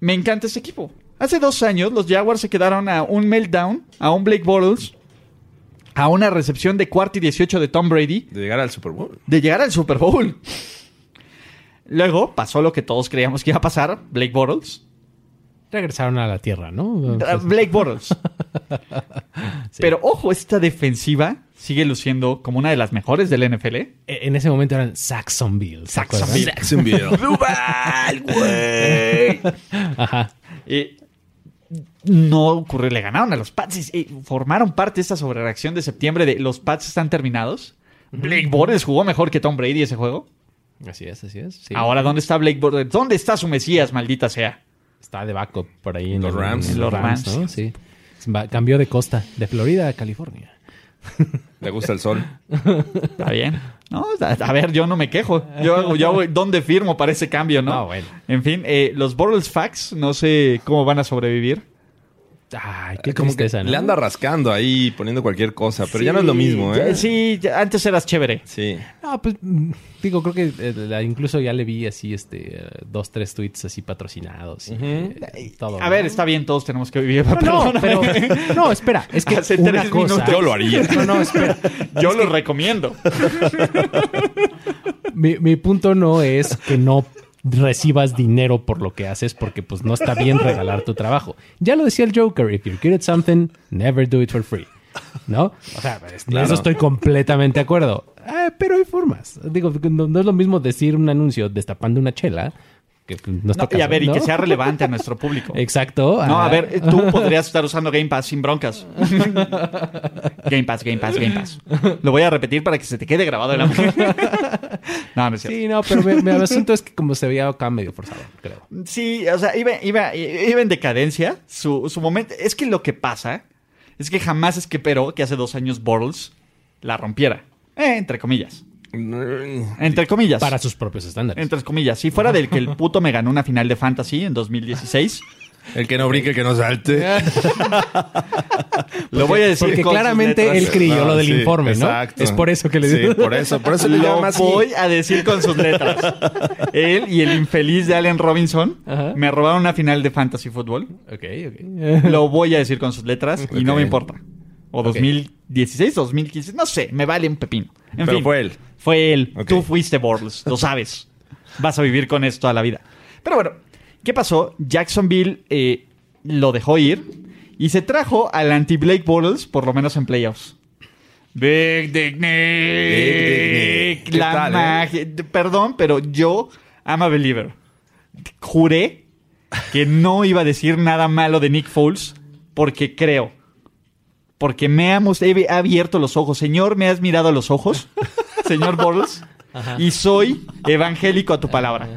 Me encanta este equipo. Hace dos años los Jaguars se quedaron a un meltdown, a un Blake Bortles, a una recepción de cuarto y 18 de Tom Brady
De llegar al Super Bowl.
de llegar al Super Bowl. Luego pasó lo que todos creíamos que iba a pasar, Blake Bortles.
Regresaron a la tierra, ¿no?
Ah, Blake Bortles. Pero ojo, esta defensiva sigue luciendo como una de las mejores del NFL. ¿eh?
e-, En ese momento eran Saxonville. ¿se acuerdan?
Saxonville.
Duval, güey.
Ajá.
Eh, no ocurrió, le ganaron a los Pats. y- y formaron parte de esta sobrereacción de septiembre de los Pats están terminados. Blake Bortles jugó mejor que Tom Brady ese juego.
Así es, así es. sí.
Ahora, ¿dónde está Blake Bortles? ¿Dónde está su Mesías, maldita sea?
Está de backup por ahí. En
Los
el-
Rams.
en los
Los
Rams,
Rams.
¿no? Sí. Va- cambió de costa, de Florida a California.
Le gusta el sol.
Está bien. No, a, a ver, yo no me quejo. Yo, yo, ¿dónde firmo para ese cambio, no?
Ah, bueno.
En fin, eh, los Bortles Facts, no sé cómo van a sobrevivir.
Ay, qué
Como que
tristeza, ¿no?
le anda rascando ahí, poniendo cualquier cosa. Pero ya no es lo mismo,
Ya-
¿eh?
Sí, ya- antes eras chévere.
Sí.
No, pues mm, digo, creo que eh, la- incluso ya le vi así, este, eh, dos, tres tweets así patrocinados. y, eh, y todo,
A ver,
¿no?
está bien, todos tenemos que vivir.
No, no,
perdóname.
pero, no, espera, es que
Hace
una
tres
cosa,
minutos.
Yo lo haría.
No, no, espera.
Yo lo recomiendo.
Mi, mi punto no es que no recibas dinero por lo que haces, porque pues no está bien regalar tu trabajo. Ya lo decía el Joker, if you're good at something, never do it for free. ¿No? O sea, pues, de
Claro.
eso estoy completamente de acuerdo. Ah, pero hay formas. Digo, no, no es lo mismo decir un anuncio destapando una chela, que no está
No, y a
caso,
ver, y
¿no?
que sea relevante a nuestro público.
Exacto.
No, a
ah,
ver, tú podrías estar usando Game Pass sin broncas. Game Pass, Game Pass, Game Pass. Lo voy a repetir para que se te quede grabado en la No, no es cierto.
Sí, no, pero mi, mi asunto es que como se veía acá medio forzado, creo.
Sí, o sea, iba, iba, iba en decadencia. Su, su momento. Es que lo que pasa es que jamás esperó que hace dos años Bortles la rompiera. Eh, entre comillas. Entre comillas.
Para sus propios estándares.
Entre comillas. Si fuera del que el puto me ganó una final de fantasy en 2016,
El que no brinque, el que no salte.
lo voy a decir.
Porque
con sus
claramente
letras.
él creyó
No,
lo del
sí,
informe, ¿no?
exacto.
Es por eso que le
Sí,
digo.
por eso. Por eso le
Lo
llama así.
voy a decir con sus letras. Él y el infeliz de Allen Robinson
Ajá.
me robaron una final de fantasy fútbol.
Ok, ok.
Lo voy a decir con sus letras y no
Ok.
me importa. O 2016, 2015, no sé, me vale un pepino. En
Pero
fin,
fue él.
Fue él.
Ok.
Tú fuiste Bortles, lo sabes. Vas a vivir con esto toda la vida. Pero bueno, ¿qué pasó? Jacksonville eh, lo dejó ir y se trajo al anti-Blake Bortles, por lo menos en playoffs. Big Dick
Big Dick
Nick.
Nick.
La
¿Qué tal, eh?
magia. Perdón, pero yo am a believer. Juré que no iba a decir nada malo de Nick Foles porque creo. Porque me ha mos- he abierto los ojos. Señor, me has mirado a los ojos, señor Bortles. Y soy evangélico a tu palabra.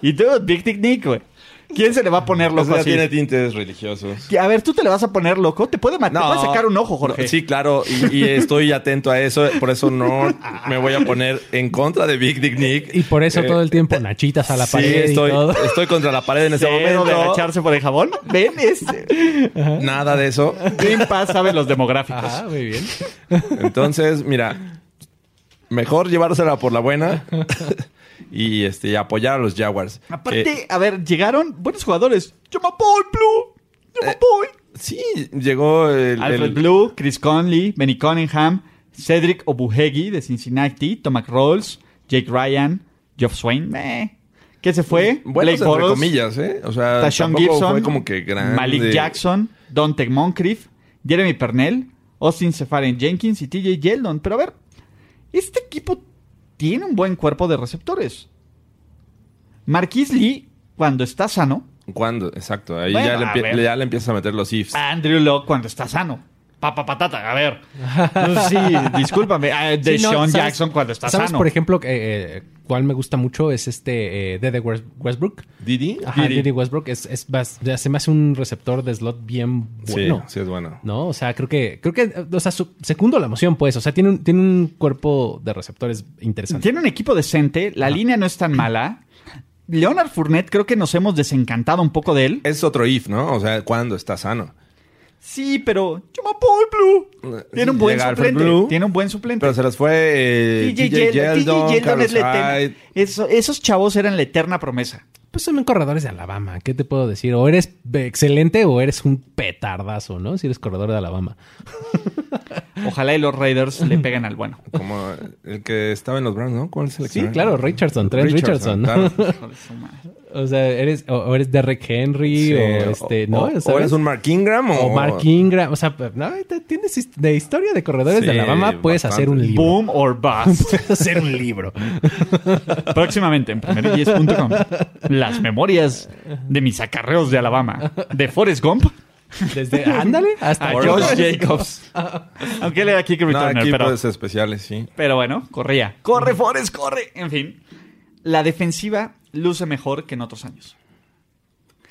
Y dude, Big Dick Nick, güey. ¿Quién se le va a poner
O
loco
sea,
así?
tiene tintes religiosos.
Que, A ver, ¿tú te le vas a poner loco? Te puede matar, te puede sacar un ojo, Jorge.
no, sí, claro. Y, y estoy atento a eso. Por eso no me voy a poner en contra de Big Dick Nick.
Y por
eh,
eso todo el tiempo nachitas a la
Sí,
pared
estoy,
y todo.
estoy contra la pared en este
Cero de
momento.
agacharse por el jabón. Ven, este.
Nada de eso.
Green Pass sabe los demográficos.
Ah, muy bien.
Entonces, mira, mejor llevársela por la buena y este y apoyar a los Jaguars.
Aparte,
Eh,
a ver, llegaron buenos jugadores. Yo me voy, Blue. Yo me voy.
sí, llegó el,
Alfred
el-
Blue, Chris Conley, Benny Cunningham, Cedric Obuhegi de Cincinnati, Tomac Rolls, Jake Ryan, Geoff Swain. meh. ¿Qué se fue?
buenos entre
Bortles,
comillas, ¿eh? O sea,
Tashaun
tampoco
Gibson,
fue como que grande.
Malik Jackson, Dante Moncrief, Jeremy Pernell, Austin Sefaren Jenkins y TJ Yeldon. Pero a ver, este equipo tiene un buen cuerpo de receptores. Marquis Lee, cuando está sano,
¿Cuándo? Exacto. Ahí
Bueno,
ya, le
a
empie-
ver. Ah.
ya le empiezas a meter los ifs.
Andrew Locke cuando está sano. Papa patata, a ver. Sí, discúlpame. Ah, De
Sí, no,
Sean
¿sabes-
Jackson cuando está
¿Sabes,
sano.
por ejemplo, eh, eh, cuál me gusta mucho? Es este eh, Dede West- Westbrook.
¿Didi?
Ajá,
Didi.
Didi Westbrook. Es, es bas- se me hace un receptor de slot bien
Sí,
bueno.
sí es bueno.
¿No? O sea, creo que, creo que, eh, o sea, su- secundo la emoción, pues. O sea, tiene un, tiene un cuerpo de receptores interesante.
Tiene un equipo decente, la línea no es tan mala. Leonard Fournette, creo que nos hemos desencantado un poco de él.
Es otro if, ¿no? O sea, ¿cuándo está sano?
Sí, pero yo me apoyo al Blue. Tiene un buen
Llega Alfred
suplente.
Blue.
Tiene un buen suplente.
Pero se las fue eh,
TJ
TJ
Yeldon-
Yeldon,
TJ Yeldon
Carlos
es la
Hyde.
eterna- eso- esos chavos eran la eterna promesa.
Pues son corredores de Alabama. ¿Qué te puedo decir? O eres excelente o eres un petardazo, ¿no? Si eres corredor de Alabama.
Ojalá y los Raiders le peguen al bueno.
Como el que estaba en los Browns, ¿no? ¿Cuál es el
Sí,
que-
claro, Richardson, Trent Richardson.
claro.
Hijo de su madre.
O sea, eres, o, o eres Derrick Henry
Sí,
o este, ¿no?
o- o
¿Sabes?
eres un Mark Ingram o,
o Mark Ingram. O sea, no, te- tienes his- de historia de corredores de
Sí,
Alabama, puedes
bastante.
hacer un libro.
Boom or bust.
Puedes hacer un libro.
Próximamente en primero10.com. Las memorias de mis acarreos de Alabama. De Forrest Gump
Desde, ándale, hasta
a
Forrest
Josh
Gump.
Jacobs. Aunque él era kick
No,
returner,
aquí
pero,
puedes especiales, sí.
pero bueno, corría. ¡Corre, Forrest, corre! En fin, la defensiva luce mejor que en otros años.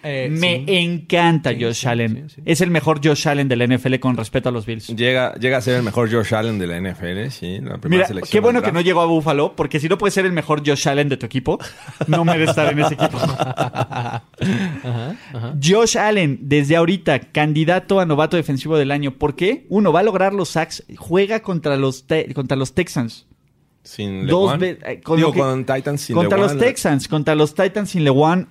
Eh,
Me
sí.
encanta Josh Allen. Es el mejor Josh Allen de la NFL con respeto a los Bills.
Llega, llega a ser el mejor Josh Allen de la NFL, sí. La primera
Mira,
selección
qué bueno
del
que no
draft.
llegó a Buffalo, porque si no puedes ser el mejor Josh Allen de tu equipo, no merece estar en ese equipo. Josh Allen, desde ahorita, candidato a novato defensivo del año. ¿Por qué? Uno, va a lograr los sacks, juega contra los, te- contra los Texans.
Sin
Dos
Lewan.
ve- eh, con
Digo,
lo que-
con Titans sin
contra
Lewan.
los Texans, contra los Titans sin LeWan,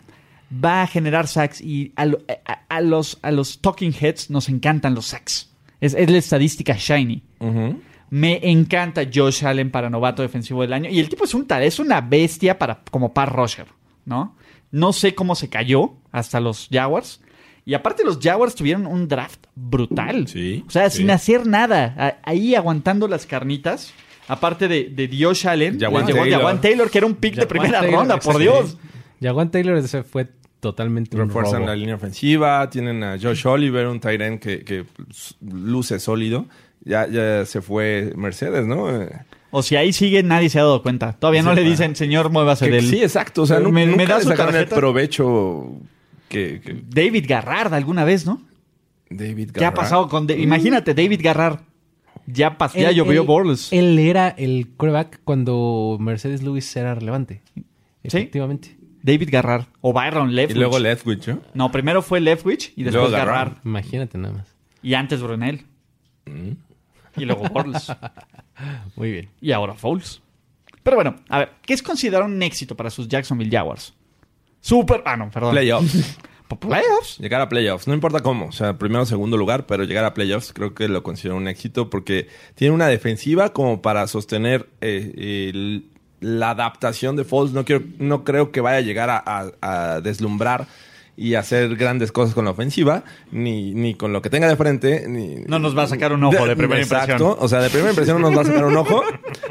va a generar sacks y a, lo- a- a los, a los Talking Heads nos encantan los sacks. Es, es la estadística shiny.
Ujú.
Me encanta Josh Allen para novato defensivo del año. Y el tipo es un tal, es una bestia para, como par rusher, ¿no? No sé cómo se cayó hasta los Jaguars. Y aparte los Jaguars tuvieron un draft brutal.
Sí,
O sea,
sí.
sin hacer nada. a- ahí aguantando las carnitas. Aparte de, de Josh Allen,
Jawan
les llegó
Taylor.
Jawan Taylor, que era un pick de
Jawan
primera
Taylor,
ronda, por
sí.
Dios.
Jawan Taylor ese fue totalmente un
Refuerzan
robo.
la línea ofensiva. Tienen a Josh Oliver, un Tyrant que, que s- luce sólido. Ya, ya se fue Mercedes, ¿no? Eh,
O si ahí sigue, nadie se ha dado cuenta. Todavía no le dicen, señor, muévase
que-
del...
Sí, exacto. O sea, nu-
me,
nunca
me da
le
su
sacaron el
tarjeta.
provecho que, que
David Garrard alguna vez, ¿no?
David
¿Qué ha
Garrard-
pasado con... Da- Imagínate, David Garrard. Ya, pas- ya
Él-
llovió
él-
Borles.
Él era el quarterback cuando Mercedes Lewis era relevante.
Sí.
Efectivamente.
David Garrard. O Byron
Y
Leftwich.
luego Leftwich, ¿no?
No, primero fue Leftwich y después
luego
Garrard.
Garrard. Mm.
Imagínate nada más.
Y antes Brunel. Y luego Borles.
Muy bien.
y ahora Fouls. Pero bueno, a ver, ¿qué es considerado un éxito para sus Jacksonville Jaguars? Super... Ah, no, perdón.
Playoffs.
P- Playoffs.
llegar a playoffs. No importa cómo. O sea, primero o segundo lugar, pero llegar a playoffs creo que lo considero un éxito porque tiene una defensiva como para sostener eh, el- la adaptación de Foles. No, quiero, no creo que vaya a llegar a, a- a deslumbrar y hacer grandes cosas con la ofensiva, ni, ni con lo que tenga de frente. Ni,
No nos va a sacar un ojo de primera
Exacto.
impresión.
O sea, de primera impresión no nos va a sacar un ojo,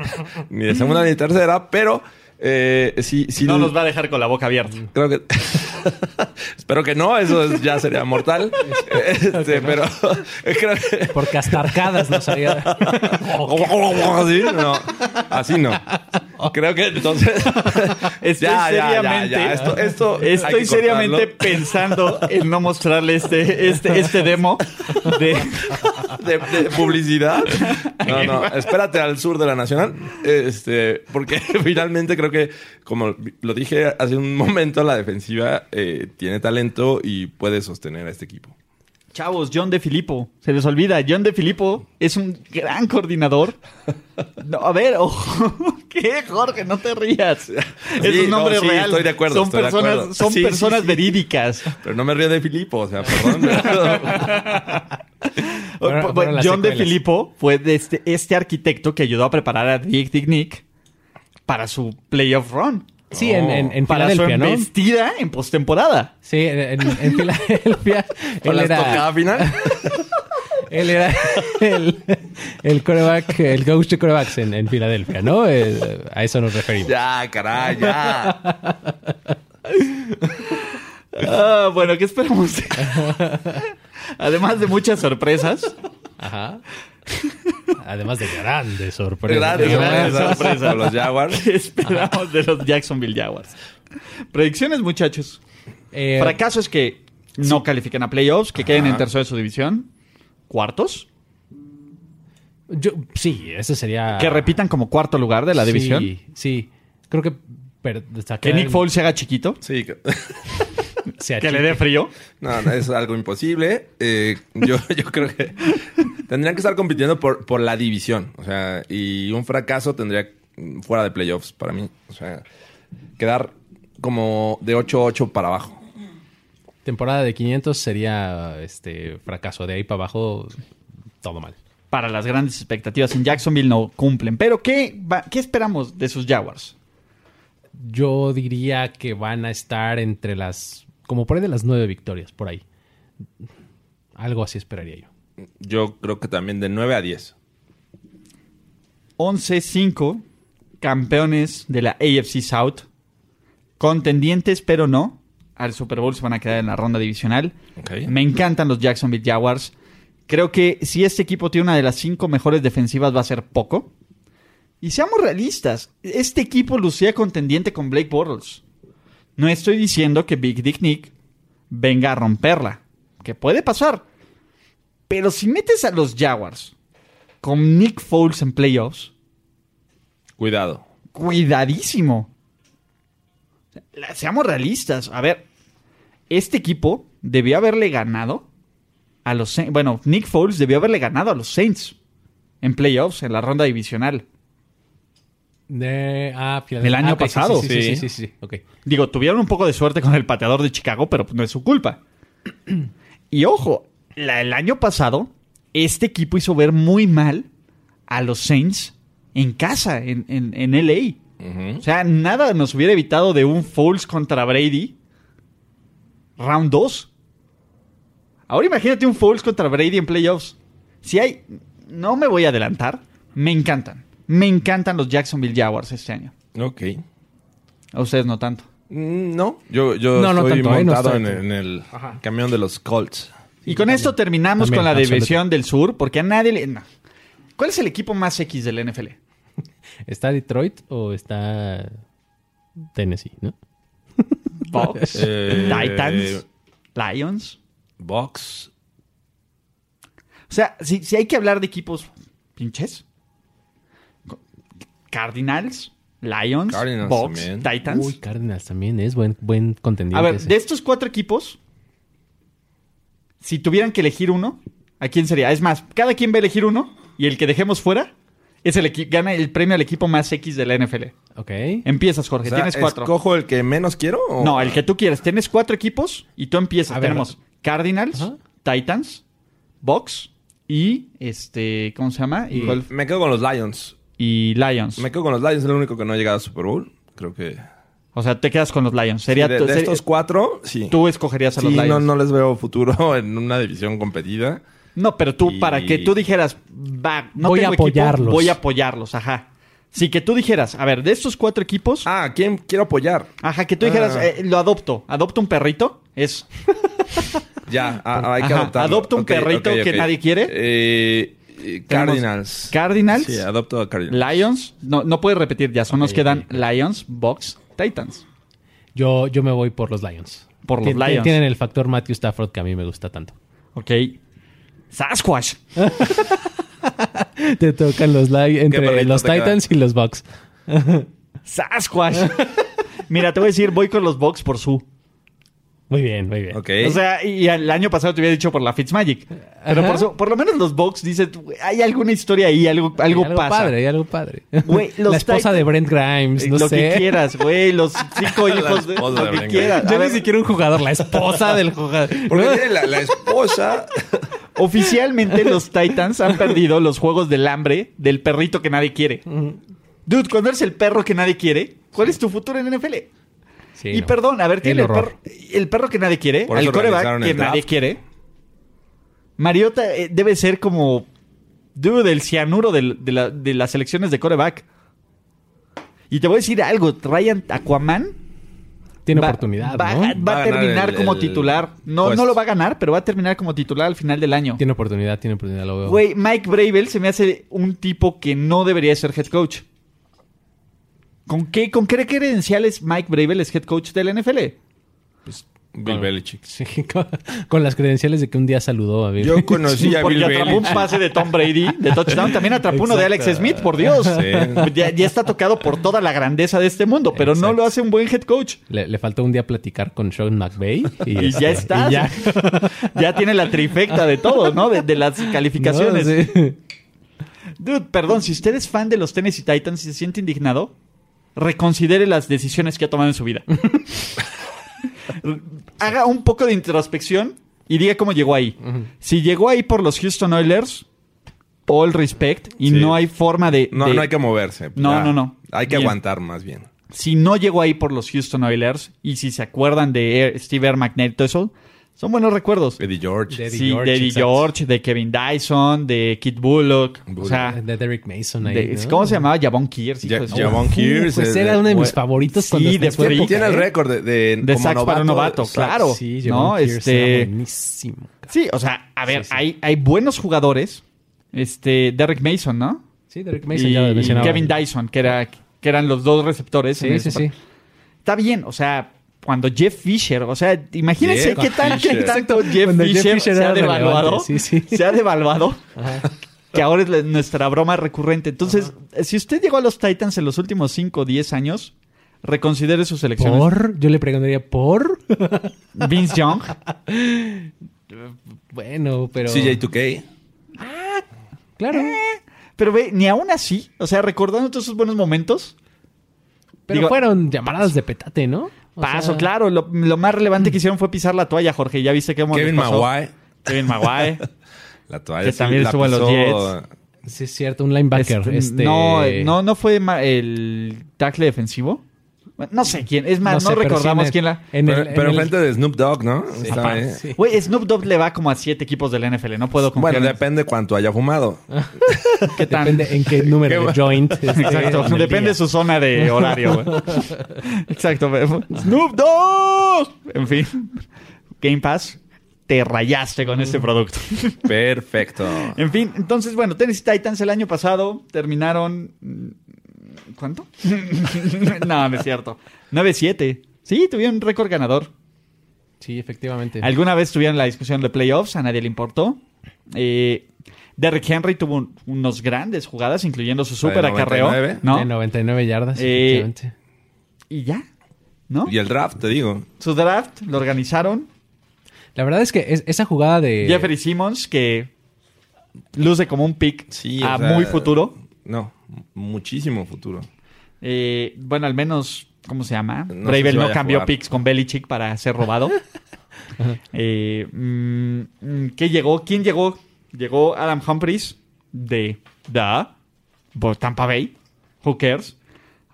ni de segunda ni de tercera, pero eh, sí, sí
No nos va a dejar con la boca abierta.
Creo que. Espero que no, eso es- ya sería mortal. Este, pero. creo que-
Porque hasta arcadas nos haría.
así no. Así no. Creo que entonces.
Estoy
Ya, ya, ya,
seriamente,
ya. Esto- esto hay
estoy
que
seriamente
cortarlo.
pensando en no mostrarle este, este, este demo de
de, de publicidad. No, no, espérate al sur de la Nacional. Este, porque finalmente creo que, como lo dije hace un momento, la defensiva eh, tiene talento y puede sostener a este equipo.
Chavos, John de Filippo. Se les olvida, John de Filippo es un gran coordinador. No, a ver, ojo. ¿Qué, Jorge? No te rías. Es
Sí,
un nombre
no, sí,
real.
estoy de acuerdo,
Son
estoy de
personas,
acuerdo.
Son
Sí, sí,
personas
sí.
verídicas.
Pero no me río de Filipo, o sea, perdón. pero-
Fueron-
Bu- bu-
fueron las
John de
secuelas.
Filippo fue de este, este arquitecto que ayudó a preparar a Dick Dick Nick para su playoff run.
Sí, en, en, en
para su
Filadelfia, ¿no?
embestida en postemporada.
Sí, en, en, en Filadelfia.
¿Con
él,
las
era,
tocadas final?
él era el, el coreback, el coach de corebacks en, en Filadelfia, ¿no? Eh, a eso nos referimos.
Ya, caray, ya.
Ah, bueno, ¿qué esperamos? Además de muchas sorpresas.
Ajá. Además de grandes sorpresas.
Grandes
Grandes
sorpresas con los Jaguars.
¿Qué esperamos de los Jacksonville Jaguars? Predicciones, muchachos.
Eh,
Fracaso es que no califiquen a playoffs, que queden en tercero de su división. Cuartos.
yo, sí, eso sería.
Que repitan como cuarto lugar de la división.
Ah. Sí, sí. Creo que. per- o sea,
Que
quedan-
Nick Foles se haga chiquito.
Sí, que-
se
Que le
achique.
dé frío.
No, no, es algo imposible. Eh, yo, yo creo que tendrían que estar compitiendo por, por la división. O sea, y un fracaso tendría mm, fuera de playoffs para mí. O sea, quedar como de 8-8 para abajo.
Temporada de 500 sería este fracaso. De ahí para abajo, todo mal.
Para las grandes expectativas en Jacksonville no cumplen. Pero ¿qué, va- qué esperamos de sus Jaguars?
Yo diría que van a estar entre las. Como por ahí de las nueve victorias, por ahí. Algo así esperaría yo.
Yo creo que también de 9 a 10.
11-5, campeones de la AFC South, contendientes pero no, al Super Bowl se van a quedar en la ronda divisional.
Ok.
Me encantan los Jacksonville Jaguars. Creo que si este equipo tiene una de las cinco mejores defensivas va a ser poco. Y seamos realistas, este equipo lucía contendiente con Blake Bortles. No estoy diciendo que Big Dick Nick venga a romperla, que puede pasar. Pero si metes a los Jaguars con Nick Foles en playoffs,
Cuidado.
cuidadísimo. La- Seamos realistas. A ver, este equipo debió haberle ganado a los Saints. Bueno, Nick Foles debió haberle ganado a los Saints en playoffs, en la ronda divisional.
De, ah, Filadelfia.
Del año
Ah, ok, sí,
pasado,
Sí, sí, sí,
sí.
sí, sí, sí, ok.
Digo, tuvieron un poco de suerte con el pateador de Chicago, pero no es su culpa. Y ojo, la- el año pasado, este equipo hizo ver muy mal a los Saints en casa, en, en, en LA. O sea, nada nos hubiera evitado de un Foles contra Brady. Round 2. Ahora imagínate un Foles contra Brady en playoffs. Si hay... No me voy a adelantar. Me encantan. Me encantan los Jacksonville Jaguars este año.
Ok.
A ustedes no tanto.
Mm, No, yo, yo
No, no
estoy
tanto, ¿eh? No
montado
está-
en, el- en el camión de los Colts.
Y con esto terminamos
También,
con la
absolutamente.
división del sur, porque a nadie le... no. ¿Cuál es el equipo más X del NFL?
¿Está Detroit o está Tennessee, no?
Fox,
Eh,
Titans, Lions.
Box.
O sea, si, si hay que hablar de equipos pinches, co- Cardinals, Lions,
Cardinals
Bucks,
también.
Titans.
Uy, Cardinals también es buen, buen contendiente.
a ver,
ese.
de estos cuatro equipos, si tuvieran que elegir uno, ¿a quién sería? Es más, cada quien va a elegir uno y el que dejemos fuera es el equi- gana el premio al equipo más X de la NFL.
Ok.
Empiezas, Jorge,
O sea,
tienes cuatro.
¿Escojo el que menos quiero? o-
No, el que tú quieras. Tienes cuatro equipos y tú empiezas.
A ver,
Tenemos Cardinals,
Ajá.
Titans, Bucks y este, ¿cómo se llama? Y,
Mm, Me quedo con los Lions.
y Lions.
Me quedo con los Lions, es el único que no ha llegado a Super Bowl. Creo que.
O sea, te quedas con los Lions. Sería,
de,
tu-
de
ser-
estos cuatro, sí.
tú escogerías a
Sí,
los Lions.
no,
No,
no les veo futuro en una división competida.
pero tú
Y-
para que tú dijeras, va, no
Voy a
tengo equipo,
apoyarlos.
voy a apoyarlos, ajá. Sí, que tú dijeras, a ver, de estos cuatro equipos,
Ah, ¿a ¿quién quiero apoyar?
ajá, que tú dijeras,
Ah.
eh, lo adopto, adopto un perrito, es
Ya, a- a- hay que
Ajá,
adoptar.
adopta un perrito que nadie quiere.
Eh,
Tenemos
Cardinals.
Cardinals.
Sí, adopto a Cardinals.
Lions, no, no puedes repetir ya, son nos quedan Lions, Bucks, Titans.
Yo, yo me voy por los Lions.
Por los
Tien- tien-
Lions.
Tienen el factor Matthew Stafford que a mí me gusta tanto.
Ok. Sasquatch.
Te tocan los Lions entre
perrito
los
te queda?
Titans y los Bucks.
Sasquatch. Mira, te voy a decir, voy con los Bucks por su.
Muy bien, muy bien.
Ok.
O sea, y el año pasado te hubiera dicho por la Fitzmagic. Pero
Ajá.
por, su- por lo menos los Bucks dices, "Güey, hay alguna historia ahí, algo,
Hay
algo, pasa.
padre, hay algo padre.
Güey, los
La esposa
Titans-
de Brent Grimes, no
lo
sé.
que quieras, güey. Los cinco hijos de,
esposa
lo
de
que
Brent
quieras.
Yo
A
ni
ver,
siquiera un jugador, la esposa del jugador.
Porque tiene la, la esposa.
Oficialmente los Titans han perdido los juegos del hambre del perrito que nadie quiere. Dude, cuando eres el perro que nadie quiere, ¿cuál es tu futuro en NFL?
Sí,
y
no.
perdón, a ver,
El
tiene el
horror.
perro, el perro que nadie quiere,
Por
el
eso
coreback
organizaron
que
el draft.
nadie quiere. Mariota eh, debe ser como, dude, el cianuro del- de, la- de las elecciones de coreback. Y te voy a decir algo, Ryan Aquaman
Tiene
Va-
oportunidad,
va,
¿no?
va
Va
a
a ganar
terminar
el-
como
el
titular. No,
puesto.
no lo va a ganar, pero va a terminar como titular al final del año.
Tiene oportunidad, tiene oportunidad, lo veo.
Güey, Mike Bravel se me hace un tipo que no debería ser head coach. ¿Con qué, con qué credenciales Mike Bravel es head coach del NFL?
Bill Belichick.
Sí, con, con las credenciales de que un día saludó a Bill.
Yo conocí a
Porque
Bill
atrapó un
Belichick.
pase de Tom Brady, de touchdown. También atrapó uno de Alex Smith, por Dios.
Sí.
Ya, ya está tocado por toda la grandeza de este mundo, pero no
Exacto.
lo hace un buen head coach.
Le, le faltó un día platicar con Sean McVay.
Y ya está.
y ya.
Ya. tiene la trifecta de todo, ¿no? De, de las calificaciones.
No, sí.
Dude, perdón, si usted es fan de los Tennessee Titans y se siente indignado, reconsidere las decisiones que ha tomado en su vida. Haga un poco de introspección y diga cómo llegó ahí. Si llegó ahí por los Houston Oilers, all respect, y
Sí.
no hay forma de...
No,
de-
no hay que moverse.
No, no, no.
Hay que
Bien.
aguantar más bien.
Si no llegó ahí por los Houston Oilers, y si se acuerdan de eh, Steve R. McNair, todo eso, son buenos recuerdos.
Eddie George.
Eddie
sí,
George,
de Eddie
exacto.
George, de Kevin Dyson, de Kit Bullock, o
Bullock.
sea...
De Derek Mason ahí.
Ah. de-
¿no?
¿Cómo se llamaba? Javon Kears. hijo
Ja-
de su-
Javon
Uf,
Kears.
pues
eh,
era uno de
bueno,
mis favoritos
Sí,
cuando está
de
en su
freak.
época,
Tiene el
¿eh?
récord de, de,
De sacks para novato,
sacks.
claro.
Sí,
No,
no,
este-
este... buenísimo.
Sí, o sea, a ver,
Sí, sí.
Hay, hay buenos jugadores. Este, Derek Mason, ¿no?
Sí, Derek Mason
y,
ya lo
y
mencionaba.
Kevin Dyson, que, era, que eran los dos receptores. en
Sí, sí,
ese-
sí.
Está bien, o sea, cuando Jeff Fisher, o sea, imagínense
Jeff
qué tan qué
Fisher.
tanto Jeff
Cuando Jeff
Fisher,
Fisher
se ha
era relevante,
devaluado.
sí, sí.
Se ha devaluado. Que ahora es la- nuestra broma recurrente. Entonces, si usted llegó a los Titans en los últimos 5 o 10 años, reconsidere sus elecciones.
¿Por? Yo le preguntaría, ¿por?
Vince Young.
bueno, pero...
CJ2K.
Claro.
Eh, Pero ve, ni aún así, o sea, recordando todos esos buenos momentos,
Pero
Digo-
fueron llamaradas de petate, ¿no? O
paso,
sea,
claro. Lo, lo más relevante que hicieron fue pisar la toalla, Jorge. Ya viste cómo les
Kevin
pasó.
Maguay.
Kevin Maguay.
La toalla.
Que
sí,
también
la
estuvo en los
pisó,
Jets.
eh,
Sí, es cierto, un linebacker.
Este,
este...
No, eh, no, no fue ma- el tackle defensivo. Bueno, No sé quién. Es más, no,
sé, pero
recordamos
sí en el-
quién la.
en el-
pero
en
pero
el-
frente de Snoop Dogg, ¿no? Está,
Ajá,
eh.
sí.
Güey, Snoop Dogg le va como a siete equipos del NFL. No puedo confiar.
Bueno,
en-
depende cuánto haya fumado.
¿Qué tan-
Depende en qué número de joint. esté
Exacto.
en el
Depende de
día.
su zona de horario, güey. Exacto. güey. Snoop Dogg. En fin. Game Pass, te rayaste con este producto.
Perfecto.
En fin, entonces, bueno, Tennessee Titans el año pasado terminaron. mm, ¿Cuánto? no, no es cierto. 9-7. Sí, tuvieron un récord ganador.
Sí, efectivamente.
Alguna vez tuvieron la discusión de playoffs, a nadie le importó. Eh, Derrick Henry tuvo un- unos grandes jugadas, incluyendo su super acarreo.
99.
De
¿No?
99 yardas,
Eh,
efectivamente.
Y ya. ¿No?
Y el draft, te digo.
Su draft lo organizaron.
La verdad es que es- esa jugada
Eh.
de...
Jeffrey Simmons, que luce como un pick
Sí, o
a
sea,
muy futuro.
No, muchísimo futuro.
Eh, bueno, al menos, ¿cómo se llama?
No sé
Bravel
si
no
vaya a
cambió
jugar.
picks con Belichick para ser robado. Eh, mm, mm, ¿Qué llegó? ¿Quién llegó? Llegó Adam Humphries de Da, por Tampa Bay, who cares?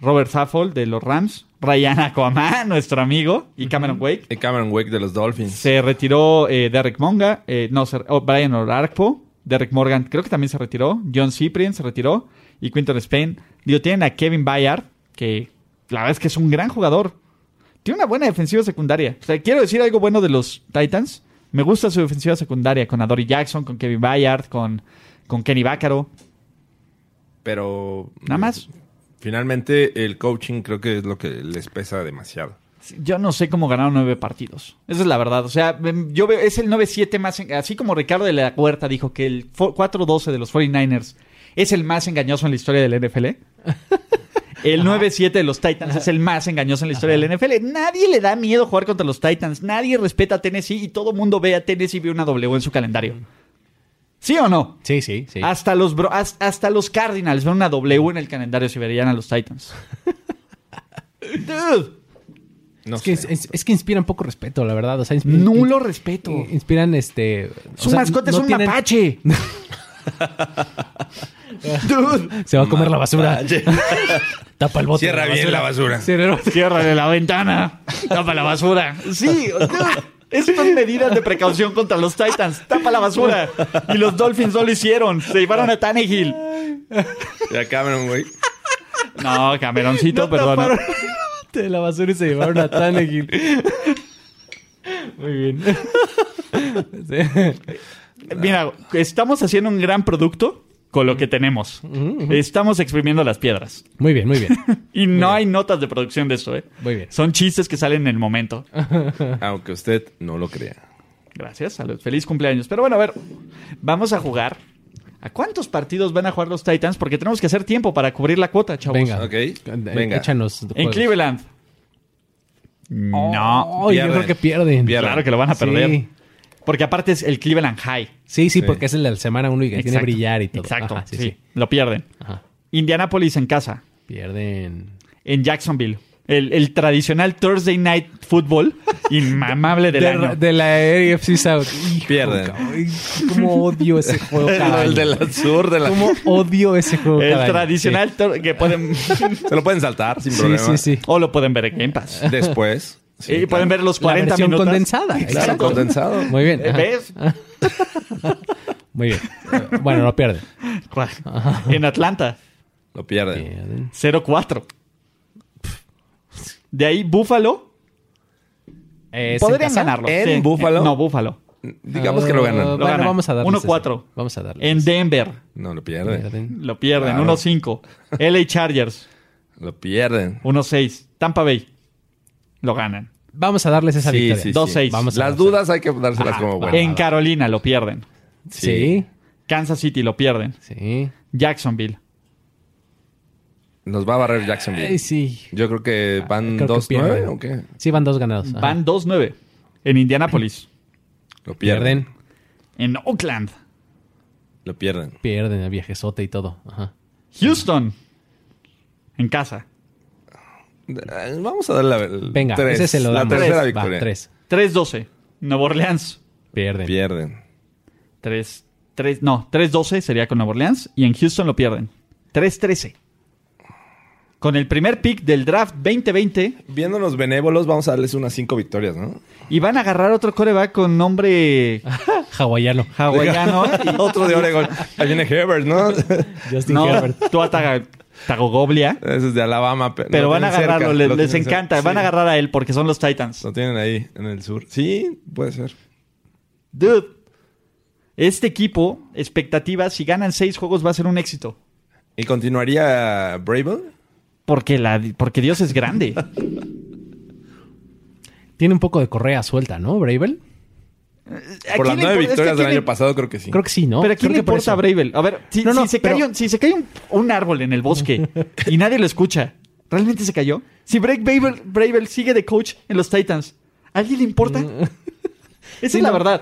Robert Saffold de los Rams, Ryan Aquaman, nuestro amigo, y Cameron Wake.
Y Cameron Wake de los Dolphins.
Se retiró eh, Derek Monga, eh, no, se- oh, Brian Olarpo, Derek Morgan, creo que también se retiró, John Cyprien se retiró y Quinton Spain. Digo, tienen a Kevin Bayard, que la verdad es que es un gran jugador. Tiene una buena defensiva secundaria. O sea, quiero decir algo bueno de los Titans. Me gusta su defensiva secundaria con Adoree Jackson, con Kevin Bayard, con con Kenny Vaccaro.
Pero.
Nada más.
Finalmente, el coaching creo que es lo que les pesa demasiado.
Yo no sé cómo ganaron nueve partidos. Esa es la verdad. O sea, em, yo veo, es el 9-7 más. en- Así como Ricardo de la Huerta dijo que el fo- 4-12 de los 49ers es el más engañoso en la historia del NFL. El 9-7 de los Titans es el más engañoso en la historia del NFL. Nadie le da miedo jugar contra los Titans. Nadie respeta a Tennessee y todo mundo ve a Tennessee y ve una W en su calendario. ¿Sí o no?
Sí, sí, sí.
Hasta los, bro- has- hasta los Cardinals ven una W en el calendario si verían a los Titans. Dude,
No
es, que,
sé.
es- es que inspiran poco respeto, la verdad. O sea, inspi-
nulo respeto.
in- Inspiran este.
Su
o sea,
mascota es
no
un
tienen-
mapache. Dude.
Se va a comer la basura. Tapa el bote.
Cierra
de
bien la basura.
Cierra la basura.
Cierra de la ventana. Tapa la basura. Sí, dude. Estas son medidas de precaución contra los Titans. Tapa la basura. Y los Dolphins no lo hicieron. Se llevaron a Tannehill.
Ya Cameron, güey.
No, Cameroncito,
No
perdona.
taparon el bote de la basura y se llevaron a Tannehill. Muy bien. Sí.
Mira, estamos haciendo un gran producto con lo que tenemos. Estamos exprimiendo las piedras.
Muy bien, muy bien.
Y no hay notas de producción de eso, ¿eh?
Muy bien.
Son chistes que salen en el momento.
Aunque usted no lo crea.
Gracias, salud. Feliz cumpleaños. Pero bueno, a ver, vamos a jugar. ¿A cuántos partidos van a jugar los Titans? Porque tenemos que hacer tiempo para cubrir la cuota, chavos.
Venga.
Ok,
Eh,
venga.
Échanos.
En
juegos.
Cleveland. No.
Oh, yo
Pierden.
creo que pierden.
Pierden.
Claro que lo van a
Sí.
perder. Porque aparte es el Cleveland High.
Sí, sí, porque es el de la semana 1 y que tiene
Exacto.
brillar y todo.
Exacto,
Ajá, sí,
sí,
sí.
Lo pierden.
Ajá.
Indianapolis en casa.
Pierden.
en Jacksonville. El, el tradicional Thursday Night Football inmamable del
De,
año.
de la AFC South. Hijo,
Pierden.
cabrón, ¿Cómo odio ese juego cada
El
año?
del sur, de la...
¿Cómo odio ese juego
el
cada año?
tradicional Thur- que pueden
Se lo pueden saltar sin
Sí,
problema.
sí, sí. sí.
o lo pueden ver en Game Pass.
Después. sí,
y pueden
claro.
ver los
La
40
versión
minutos.
condensada.
Claro,
Exacto.
condensado.
Muy bien.
Eh,
ajá,
¿Ves?
Muy bien. Eh, Bueno, no pierden.
¿Cuál? En Atlanta,
Lo pierden.
Pierden.
0-4. De ahí Buffalo.
Eh, ¿es en
Podrían
casa?
ganarlo.
¿En
Sí.
Buffalo?
No, Búfalo.
Digamos que lo
Ah,
ganan.
Lo
bueno,
ganan.
vamos a darles
1-4.
ese. Vamos a darle.
En Denver.
No, lo pierden.
Lo pierden.
Claro.
1-5. LA Chargers.
Lo pierden.
1-6. Tampa Bay. Lo ganan.
Vamos a darles esa
Sí,
victoria.
sí, sí.
Dos,
2-6.
Vamos a
Las
ver.
dudas hay que dárselas
Ah,
como
va.
buenas.
en Carolina lo pierden.
Sí.
Kansas City lo pierden.
Sí.
Jacksonville.
Nos va a barrer Jacksonville.
Ay, sí. Ah,
Yo creo que van
Creo que
2-9
pierden.
o qué.
Sí, van dos ganados. Ajá.
Van 2-9 en Indianapolis.
Lo pierden.
Pierden.
en Oakland.
Lo pierden.
Pierden el viajesote y todo. Ajá.
Houston. En casa.
Eh, Vamos a dar la el
Venga,
tres.
ese se lo
La
damos.
tercera
Va,
victoria.
tres.
3-12. Nueva Orleans.
Pierden.
Pierden.
3, 3, no, 3-12 sería con Nueva Orleans. Y en Houston lo pierden. 3-13. Con el primer pick del draft 2020.
Viéndonos benévolos, vamos a darles unas cinco victorias, ¿no?
Y van a agarrar otro coreback con nombre
Hawaiano.
hawaiano.
Otro de Oregon. Ahí viene Herbert, ¿no? Ese
Justin
no,
Herbert.
Tuataga- Tagogoblia.
es de Alabama. pe-
Pero
lo
van a
tienen
agarrarlo,
cerca,
les,
lo
les
tienen cerca.
encanta.
Sí,
Van a agarrar a él porque son los Titans.
Lo tienen ahí, en el sur. Sí, puede ser.
Dude, este equipo, expectativas, si ganan seis juegos va a ser un éxito.
¿Y continuaría Bravel?
Porque, la, porque Dios es grande.
Tiene un poco de correa suelta, ¿no, Bravel?
Por las nueve victorias del año
pasado.
pasado, creo que sí.
Creo que sí, ¿no?
Pero ¿a quién
Creo
le
que por
importa a
eso.
Bravel? A ver, si,
No, no,
si se,
pero-
cayó- si se cae un, un árbol en el bosque y nadie lo escucha, ¿realmente se cayó? Si Blake Bravel, Bravel sigue de coach en los Titans, ¿a alguien le importa?
Mm.
Esa es la
no.
verdad.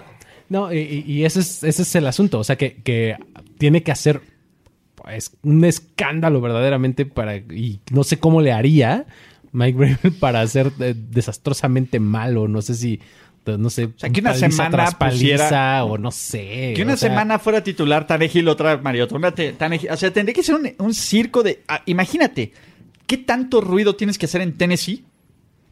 No, y, y- y ese, es, ese es el asunto. O sea, que, que tiene que hacer pues, un escándalo verdaderamente para... Y no sé cómo le haría Mike Bravel para ser eh, desastrosamente malo. No sé si... No sé,
sea, que una
paliza
semana
tras paliza
pusiera-
o no sé.
Que una
o sea,
semana fuera titular Tanegil, otra Mariota. Una te- Tannehill- o sea, tendría que ser un, un circo de. ah, imagínate, ¿qué tanto ruido tienes que hacer en Tennessee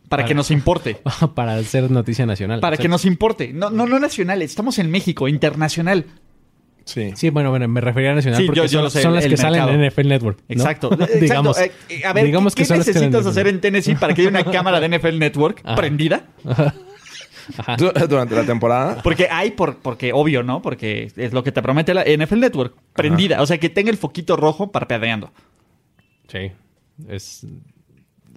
para que
Para-
nos importe?
Para ser noticia nacional.
Para
O sea,
que nos importe. No, no, no nacional, estamos en México, internacional.
Sí.
Sí, bueno, bueno, me refería a nacional
Sí,
porque
yo- yo
son,
lo sé,
son las
el
que
mercado.
salen en NFL Network. ¿no?
Exacto. Exacto.
digamos,
Eh, eh, a ver,
digamos
¿qué,
que
qué
son las que salen
necesitas hacer
NFL.
en Tennessee para que haya una cámara de NFL Network
Ajá.
prendida?
Du- Durante la temporada.
Porque hay, por, porque obvio, ¿no? Porque es lo que te promete la NFL Network. Prendida. O sea, que tenga el foquito rojo parpadeando.
Sí. Es,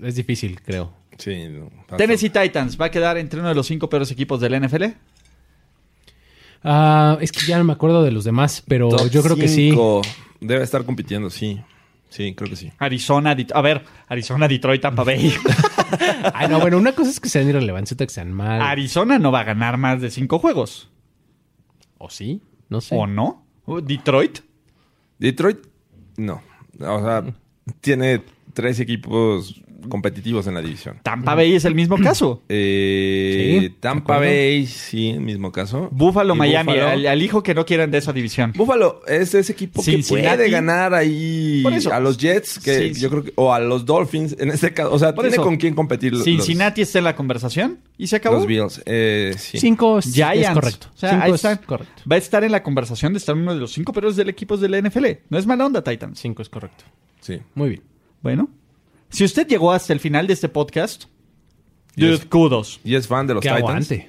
es difícil, creo.
Sí. no, tanto.
Tennessee Titans va a quedar entre uno de los cinco peores equipos del NFL.
Ah, es que ya no me acuerdo de los demás, pero
Oh,
Top
yo creo que sí.
cinco. Debe estar compitiendo, sí. Sí, creo que sí.
Arizona, Det- a ver, Arizona, Detroit, Tampa Bay.
Ay, no, bueno, una cosa es que sean irrelevantes, otra que sean mal.
Arizona no va a ganar más de cinco juegos.
¿O sí? No sé.
¿O no? Uh, Detroit.
Detroit, no. O sea, tiene tres equipos competitivos en la división.
Tampa Bay es el mismo caso.
Eh,
Sí,
Tampa
de acuerdo.
Bay, sí, mismo caso.
Buffalo,
Y
Miami,
Buffalo.
Al, al hijo que no quieran de esa división.
Buffalo es ese equipo
Cincinnati.
que puede ganar ahí
Por eso.
a los Jets, que
Sí.
yo creo que, o a los Dolphins, en este caso. O sea,
Por
tiene
eso.
con quién competir los,
Cincinnati está en la conversación y se
los,
acabó.
los Bills. Eh, sí.
Cinco es,
Giants.
es correcto.
O sea,
Cinco
ahí
es
está.
correcto.
Va a estar en la conversación de estar uno de los cinco peores del equipos de la NFL. No es mala onda, Titans.
Cinco es correcto.
sí.
Muy bien.
Bueno, si usted llegó hasta el final de este podcast,
Yes.
dude, kudos.
Y es fan de los
Que
Titans.
aguante.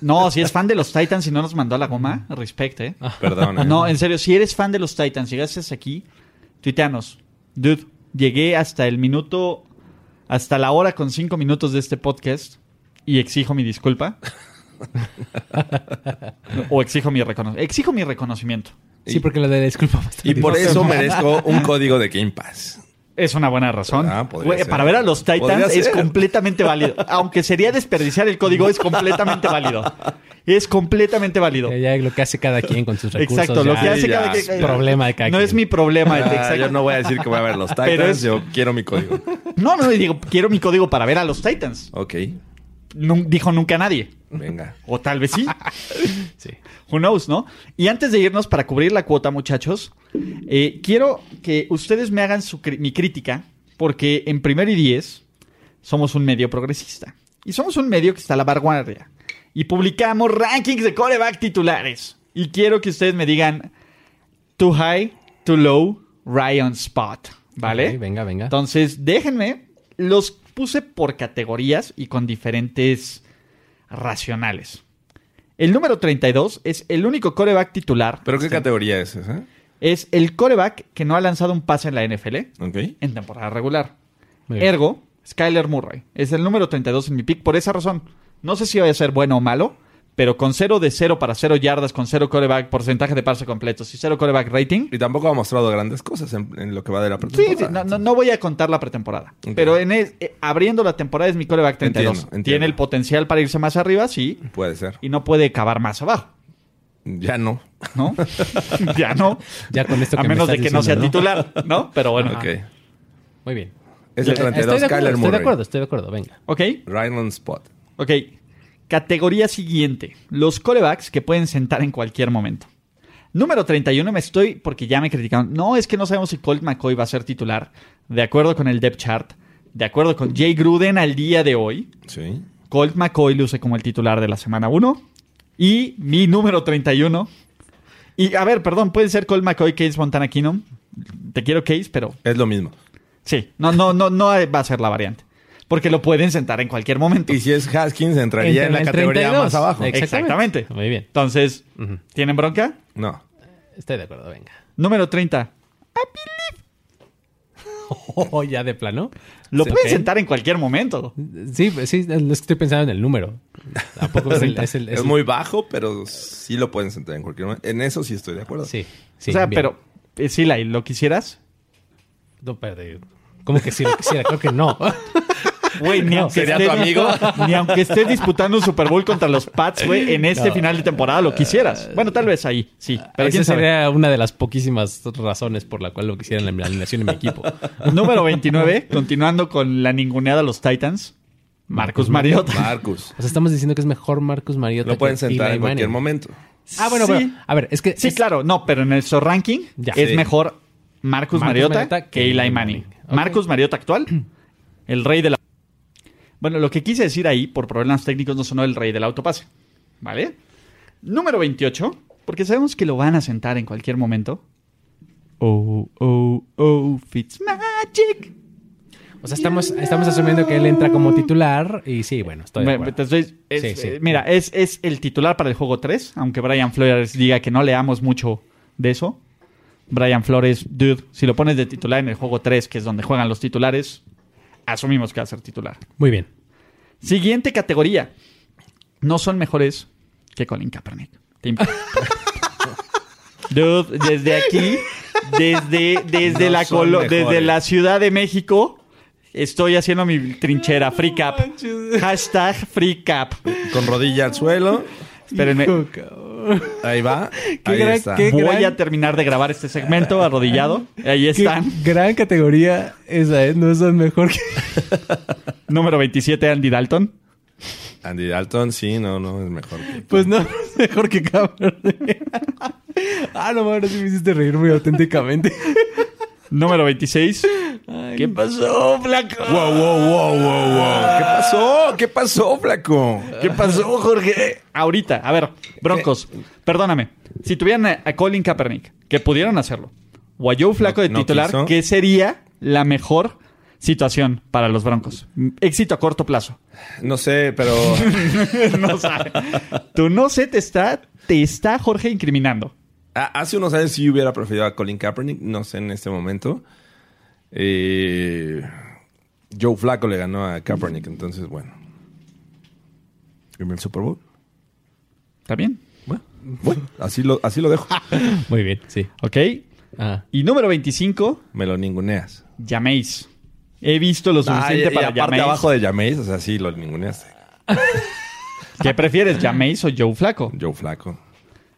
No, si es fan de los Titans y no nos mandó a la goma, respecte. ¿eh?
Perdón. eh.
No, en serio, si eres fan de los Titans, llegaste hasta aquí, tuiteanos. Dude, llegué hasta el minuto, hasta la hora con cinco minutos de este podcast y exijo mi disculpa. o exijo mi reconocimiento. Exijo mi reconocimiento.
Sí, porque lo de la disculpa bastante
Y por eso merezco un código de Game Pass.
Es una buena razón.
Ah, podría
Güey,
ser.
para ver a los
Podría
Titans es
ser.
completamente válido. Aunque sería desperdiciar el código, es completamente válido. Es completamente válido.
Ya, ya lo que hace cada quien con sus recursos.
Exacto, lo
ya
que hace
ya
cada
es
quien-
problema de cada
No
quien.
es mi problema.
Ah,
exacto.
yo no voy a decir que voy a ver los Titans,
Pero es-
yo quiero mi código.
No, no, digo, quiero mi código para ver a los Titans.
Ok,
Nun- dijo nunca nadie.
venga.
O tal vez sí.
Sí.
Who knows, ¿no? Y antes de irnos para cubrir la cuota, muchachos, eh, quiero que ustedes me hagan su cri- mi crítica, porque en Primero y Diez somos un medio progresista. Y somos un medio que está a la vanguardia. Y publicamos rankings de coreback titulares. Y quiero que ustedes me digan too high, too low, Ryan Spot. ¿Vale?
Ok, venga, venga.
Entonces, déjenme. Los puse por categorías y con diferentes racionales. El número 32 es el único coreback titular.
¿Pero qué categoría es esa?
Es el coreback que no ha lanzado un pase en la NFL
Ok.
en temporada regular.
Muy bien.
Ergo, Skyler Murray es el número 32 en mi pick por esa razón. No sé si va a ser bueno o malo, pero con 0 de 0 para 0 yardas, con 0 coreback, porcentaje de pase completos y 0 coreback rating.
Y tampoco ha mostrado grandes cosas en, en lo que va de la
Sí,
pretemporada.
sí, no, no- no voy a contar la pretemporada.
Ok.
Pero en es- eh, abriendo la temporada es mi coreback 32.
Entiendo, entiendo.
Tiene el potencial para irse más arriba, sí,
Puede ser.
y no puede acabar más abajo,
Ya no.
¿no? ya no.
Ya con esto
a
que me
menos de
estás
que no sea
diciendo,
titular, ¿no? Pero bueno.
Ok.
Muy bien.
Es el 32,
estoy de
Kyler
acuerdo, estoy de
Murray.
acuerdo, estoy de acuerdo. Venga.
Ok,
Ryland Spot.
ok. Categoría siguiente. Los corebacks que pueden sentar en cualquier momento. Número 31 me estoy, porque ya me criticaron. No, es que no sabemos si Colt McCoy va a ser titular. De acuerdo con el depth chart. De acuerdo con Jay Gruden al día de hoy.
Sí.
Colt McCoy luce como el titular de la semana 1. Y mi número 31. Y a ver, perdón, puede ser Colt McCoy, Case Montana Keenum. Te quiero Case, pero
Es lo mismo.
sí. No, no, no, no va a ser la variante. Porque lo pueden sentar en cualquier momento.
Y si es Haskins, entraría
Entra
en la
en el
categoría
32.
más abajo.
Ex- exactamente. Muy bien.
Entonces, ¿tienen bronca?
No.
Estoy de acuerdo, venga.
Número 30.
Oh, ya de plano.
Lo
Sí,
pueden
ok.
sentar en cualquier momento.
Sí, pues, sí, es que estoy pensando en el número. ¿A poco es el, es el-
Es,
es el-
muy bajo, pero sí lo pueden sentar en cualquier momento. En eso sí estoy de acuerdo.
Sí, sí.
o sea,
bien.
pero, eh, sí, Lai, ¿lo quisieras?
No, pero. ¿Cómo que sí lo quisiera? Creo que no.
Güey, ni
No,
aunque
¿sería
esté-
tu amigo?
Ni aunque estés disputando un Super Bowl contra los Pats, güey, en este final de temporada lo quisieras. Bueno, tal vez ahí, sí. Pero
Esa
quién sabe.
sería una de las poquísimas razones por la cual lo quisiera en la eliminación en mi equipo.
Número 29, continuando con la ninguneada a los Titans. Marcus Mariota.
Marcus.
O sea, estamos diciendo que es mejor Marcus Mariota.
Lo pueden
que
sentar
Eli
en cualquier
Manning.
momento.
Ah, bueno,
Sí.
pero, a ver, es que
Sí,
es-
claro, no, pero en nuestro ranking
Ya.
es
Sí.
mejor Marcus,
Marcus
Mariota,
Mariota
que Eli Manning.
Ok.
Marcus Mariota actual, el rey de la. Bueno, lo que quise decir ahí, por problemas técnicos, no sonó el rey del autopase. ¿Vale? Número 28, porque sabemos que lo van a sentar en cualquier momento. Oh, oh, oh, Fitzmagic.
O sea, estamos, estamos asumiendo que él entra como titular y sí, bueno, estoy de
Me-
acuerdo.
te estoy- es-
Sí, sí.
eh, Mira, es, es el titular para el juego 3, aunque Brian Flores diga que no leamos mucho de eso. Brian Flores, dude, si lo pones de titular en el juego 3, que es donde juegan los titulares, asumimos que va a ser titular.
Muy bien.
Siguiente categoría. No son mejores que Colin Kaepernick. Te imp- Dude, desde aquí, desde, desde,
No
la,
son
colo-
mejores.
desde la Ciudad de México, estoy haciendo mi trinchera. Free cap. Hashtag free cap.
Con rodilla al suelo.
Espérenme.
Ahí va. ahí
gran-
está.
qué-
Voy
gran-
a terminar de grabar este segmento arrodillado. Ahí están.
gran categoría esa, ¿eh? No es mejor que...
Número 27, Andy Dalton.
Andy Dalton, sí, no, no, es mejor. que-
Pues no, mejor que cabrón. ah, no, ahora sí me hiciste reír muy auténticamente.
Número 26. ¿Qué pasó, Flaco?
Wow, wow, wow, wow, wow. ¿Qué pasó? ¿Qué pasó, flaco? ¿Qué pasó, Jorge?
Ahorita, a ver, Broncos, perdóname. Si tuvieran a, a Colin Kaepernick, que pudieron hacerlo, o a Joe Flaco de
no
titular,
quiso.
que sería la mejor situación para los Broncos. M- Éxito a corto plazo.
No sé, pero
No sabe. Tu no sé te está, te está Jorge incriminando.
a- Ah, hace unos años sí hubiera preferido a Colin Kaepernick, no sé en este momento. Eh, Joe Flaco le ganó a Kaepernick, entonces bueno. ¿En el Super Bowl?
¿Está bien?
Bueno, bueno, así lo, así lo dejo.
Muy bien, sí.
Ok.
Ah.
Y número 25,
Me lo ninguneas.
llaméis. He visto lo
Ay,
suficiente
Ah, y
para
aparte
Jameis.
abajo de Jameis, o sea, sí lo ninguneaste.
¿Qué prefieres, Jameis o Joe Flaco?
Joe Flaco.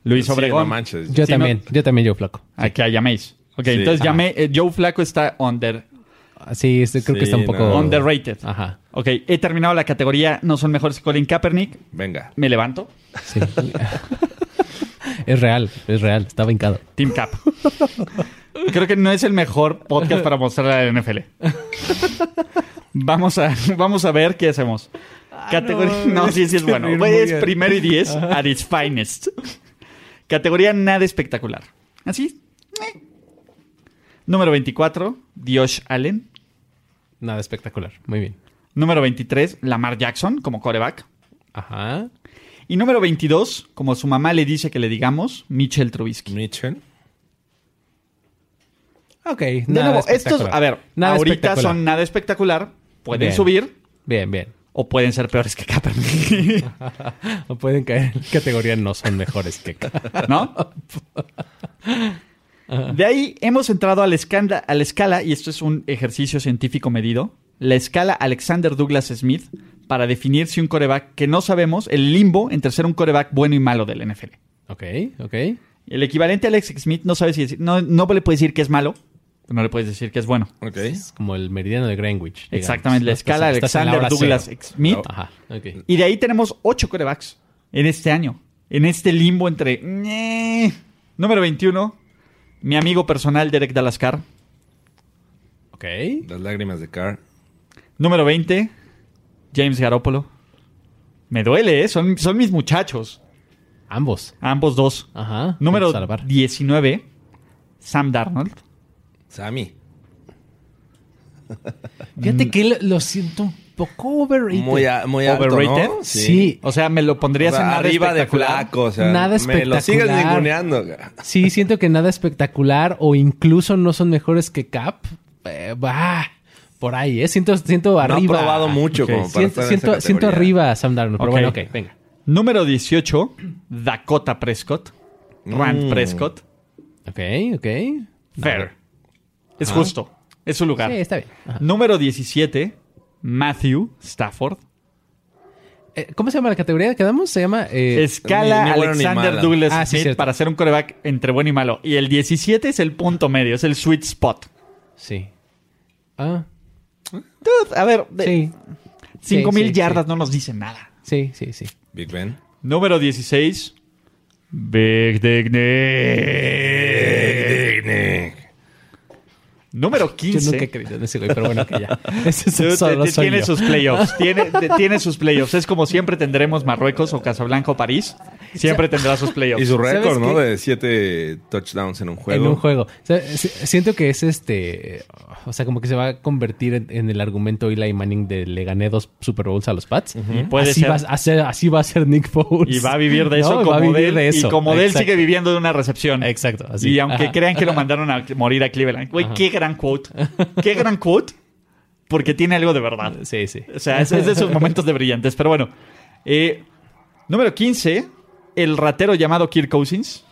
Luis
Sí,
Obregón.
no manches.
Yo
Sí,
también, yo también, yo flaco.
Aquí a Jameis. Ok,
Sí.
entonces
Ajá.
Jame- eh, Joe Flaco está under
Ah, Sí, este, creo
Sí,
que está un poco...
no.
Underrated.
Ajá,
Ok, he terminado la categoría No son mejores que Colin Kaepernick.
Venga.
Me levanto.
sí. es real, es real. Está vincado.
Team Cap. Creo que no es el mejor podcast para mostrar a la NFL. Vamos a, vamos a ver qué hacemos. Categoría. No, sí, sí es bueno.
reír
Güey,
Ah, muy
Es
bien.
primero y diez at its finest. Categoría nada espectacular. Así. eh. Número 24, Josh Allen.
Nada espectacular. Muy bien.
Número 23, Lamar Jackson como coreback.
Ajá.
Y número 22, como su mamá le dice que le digamos, Mitchell Trubisky.
Mitchell.
Ok.
De
nada
nuevo, estos,
espectacular.
a ver,
Nada
ahorita
espectacular.
son nada espectacular, pueden
Bien.
subir
Bien, bien.
o pueden ser peores que Kaepernick,
No pueden caer en categoría no son mejores que...
¿no? De ahí hemos entrado a la, escanda- a la escala, y esto es un ejercicio científico medido, la escala Alexander Douglas Smith para definir si un coreback que no sabemos, el limbo entre ser un coreback bueno y malo del NFL.
ok, ok.
El equivalente a Alex Smith no sabe si decir- no, no le puedes decir que es malo, pero no le puedes decir que es bueno.
Ok.
Es como el meridiano de Greenwich. digamos.
Exactamente, la
Estás-
escala
estás en la
Alexander
hora
Douglas
cero.
Smith.
Ajá, ok.
Y de ahí tenemos ocho corebacks en este año, en este limbo entre... ñe. Número 21, mi amigo personal Derek Dalascar.
Ok.
Las lágrimas de Carr.
Número 20, James Garoppolo. Me duele, ¿eh? son, son mis muchachos,
Ambos.
ambos dos.
Ajá.
Número
Salvar.
19, Sam Darnold.
Sammy.
Fíjate que lo, lo siento un poco overrated.
Muy, a- muy alto,
Overrated.
¿no?
sí.
O sea, me lo
O
pondrías
sea,
en nada
arriba de
espectacular.
flaco, o sea,
Nada
me lo sigues
espectacular.
ninguneando. cara.
Sí, siento que nada espectacular o incluso no son mejores que Cap. Eh, bah, por ahí, ¿eh? Siento, siento
No
arriba.
ha probado mucho
Ok.
como para
Siento,
estar en
siento,
esa
siento
categoría.
arriba a Sam Darnold. Pero
Ok.
bueno, ok, venga.
Número 18, Dakota Prescott. Rand
Mm.
Prescott.
Ok, ok.
Fair. Es justo. Es su lugar.
Sí, está bien. Ajá.
Número 17, Matthew Stafford.
Eh, ¿Cómo se llama la categoría que quedamos? Se llama... eh,
Escala
ni- ni bueno ni
Alexander
malo.
Douglas
Ah, sí,
Smith
cierto.
para ser un coreback entre bueno y malo. Y el 17 es el punto medio, es el sweet spot.
Sí. Ah,
Dude, a ver, de-
sí.
5000
sí, sí.
yardas no nos dicen nada.
Sí, sí, sí.
Big Ben.
Número 16, Big Dick Nick.
Eh,
Número 15.
Yo nunca he creído en ese güey, pero bueno, que ya. Ese
Dude,
es solo
te- te-
soy
tiene
yo.
sus playoffs. Tiene, te- tiene sus playoffs. Es como siempre tendremos Marruecos o Casablanca o París. Siempre tendrá sus playoffs.
Y su
¿Sabes
récord, ¿no?
qué?
De siete touchdowns en un juego.
En un juego. O sea, si- siento que es este. O sea, como que se va a convertir en, en el argumento Eli Manning de le gané dos Super Bowls a los Pats.
Puede
así,
ser.
Va a ser, así va a ser Nick Foles.
Y va a vivir de eso,
No,
como
va a vivir
de él,
de eso.
Y como de él
Exacto.
sigue viviendo de una recepción.
Exacto. Así.
Y aunque
Ajá.
crean que lo mandaron a morir a Cleveland. Güey, qué gran quote. Qué gran quote. Porque tiene algo de verdad.
Sí, sí.
O sea, es, es de esos momentos de brillantes. Pero bueno. Eh, número 15. El ratero llamado Kirk Cousins.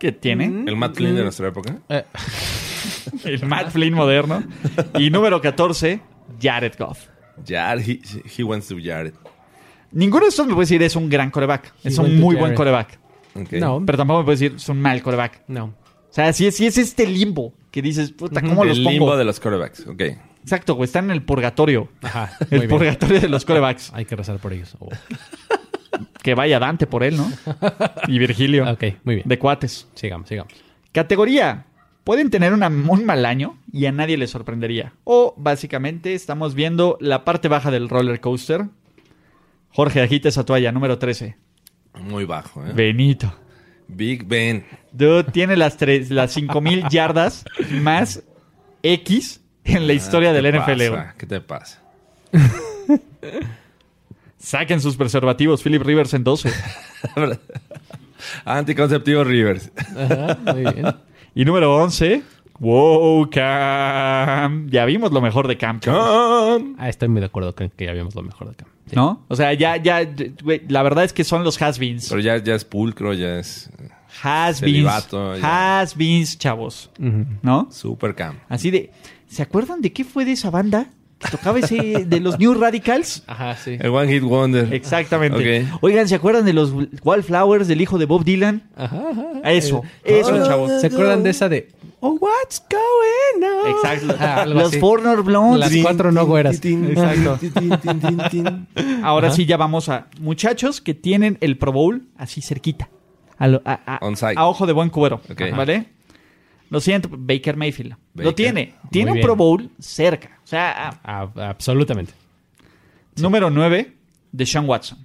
Que tiene
Mm.
El Matt Flynn de nuestra época.
el Matt Flynn moderno. Y número 14. Jared Goff.
Jared, he, he wants to Jared.
Ninguno de estos me puede decir es un gran coreback. Es
Igual
un
que
muy buen
Jared.
coreback.
Ok.
No,
Pero tampoco me puede decir es un mal coreback.
no.
O sea, si es, sí es este limbo que dices, puta, ¿cómo los
El
pongo?
limbo de los quarterbacks. Ok.
Exacto, güey, están en el purgatorio.
Ajá.
El
Muy bien.
purgatorio de los corebacks.
Hay que rezar por ellos. Oh.
Que vaya Dante por él, ¿no? Y Virgilio.
Ok, muy bien.
De cuates.
Sigamos, sigamos.
Categoría. Pueden tener una- un mal año y a nadie les sorprendería. O básicamente estamos viendo la parte baja del roller coaster. Jorge, agita esa toalla, número 13.
Muy bajo,
Ah.
¿eh?
Benito.
Big Ben.
Dude tiene las, tres, las 5000 yardas más X en
Ah,
la historia del
Ah, ¿Qué te
NFL. güey.
pasa? ¿Qué te pasa?
Saquen sus preservativos, Philip Rivers en 12.
Anticonceptivo Rivers.
Ajá, muy bien.
Y número 11. Wow, Cam. Ya vimos lo mejor de Cam.
Con-
Ah, estoy muy de acuerdo con que ya vimos lo mejor de acá. Sí.
¿No? O sea, ya, ya, güey, la verdad es que son los has-beens.
Pero ya, ya es pulcro, ya es
Has-beens.
Celibato, ya.
Has-beens, chavos. ¿No?
super cam.
Así de, ¿se acuerdan de qué fue de esa banda? que Tocaba ese de los New Radicals.
Ajá, sí.
El One Hit Wonder.
Exactamente.
Ok.
Oigan, ¿se acuerdan de los Wallflowers del hijo de Bob Dylan?
Ajá, ajá.
Eso, eso,
Ah,
chavos.
¿Se acuerdan de esa de Oh, what's going on?
Exacto.
Ah, algo
los
así.
Foreigner Blondes.
Las cuatro no güeras.
Exacto. Ahora sí ya vamos a muchachos que tienen el Pro Bowl así cerquita. A, lo- a- a-
On site.
a ojo de buen cubero.
Ok.
¿Vale? Lo siento, Baker Mayfield. Lo
Baker.
tiene. Tiene un
bien.
Pro Bowl cerca. O sea, a-
Ah, absolutamente.
número 9 de Sean Watson.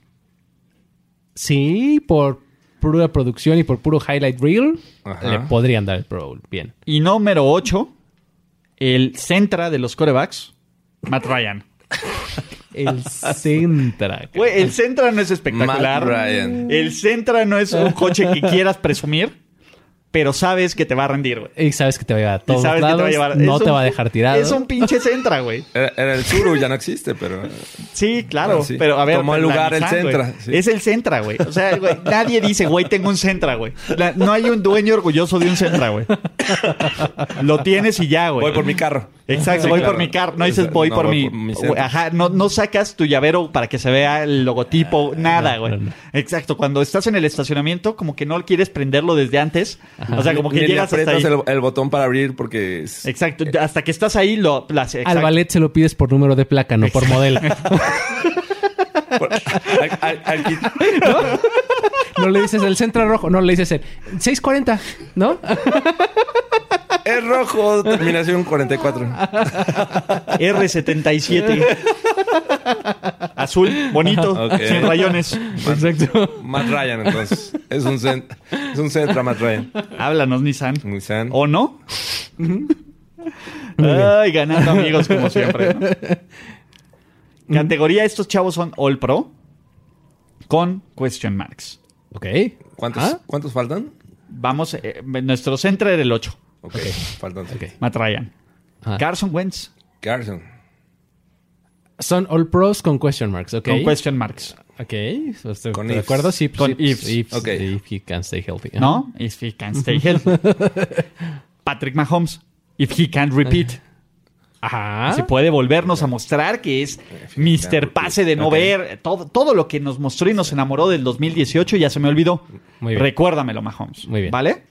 Sí, por pura producción y por puro highlight reel,
Ajá.
le podrían dar el Pro Bowl. Bien.
Y número 8, el centra de los corebacks, Matt Ryan.
El Centra.
Güey, el centra no es espectacular.
Matt Ryan.
El centra no es un coche que quieras presumir, pero sabes que te va a rendir, güey.
Y sabes que te va a llevar a
Y
todos
sabes que
lados,
te va a llevar.
no
Es
te
un-
va a dejar tirado.
Es un pinche centra, güey.
Era, era el Zuru, ya no existe, pero.
Sí, claro.
Ah, sí.
Pero a ver.
Tomó el
la
lugar el
Nissan, güey.
Sentra, sí.
Es el centra, güey. O sea, güey, nadie dice, güey, tengo un centra, güey. La- no hay un dueño orgulloso de un centra, güey. Lo tienes y ya, güey.
Voy por mi carro.
Pues, Exacto,
Sí,
voy
claro.
por mi carro. No dices voy
No,
por
voy
mi.
por mi
güey,
Sentra.
Ajá, no, no sacas tu llavero para que se vea el logotipo,
Ah,
nada, güey. Exacto, cuando estás en el estacionamiento, como que no quieres prenderlo desde antes. O sea, como que
Ni le
llegas hasta ahí.
aprietas el, el botón para abrir porque. es-
Exacto, hasta que estás ahí, lo. las-
Al
exacto.
ballet se lo pides por número de placa, no por modelo.
por- al- al- al-
No le dices el Centra rojo, no le dices el 640, ¿no?
es rojo, terminación 44.
R77. Azul, bonito,
Ok.
sin rayones.
Exacto.
Matt Ryan, entonces. Es un, cen- es un centro Matt Ryan.
Háblanos, Nissan.
Nissan.
¿O no? Ay, ganando amigos como siempre. ¿no? Categoría, estos chavos son All Pro con question marks.
Ok.
¿Cuántos,
¿Ah?
¿Cuántos faltan?
Vamos, eh, nuestro centro era el 8,
Ok, faltan.
Ok.
Matt Ryan.
Ajá.
Carson Wentz
Carson.
Son all pros con question marks, ok.
con question marks,
Ok, estoy
Con
de
ifs.
acuerdo. Sí,
Con ifs.
Ok.
If he can stay healthy.
¿no? If he can stay healthy. Patrick Mahomes, if he can repeat.
Ajá.
Si puede volvernos a mostrar que es Mr. Pase de no ver. Todo, todo lo que nos mostró y nos enamoró del 2018 ya se me olvidó.
Muy bien.
Recuérdamelo, Mahomes.
Muy bien.
¿Vale?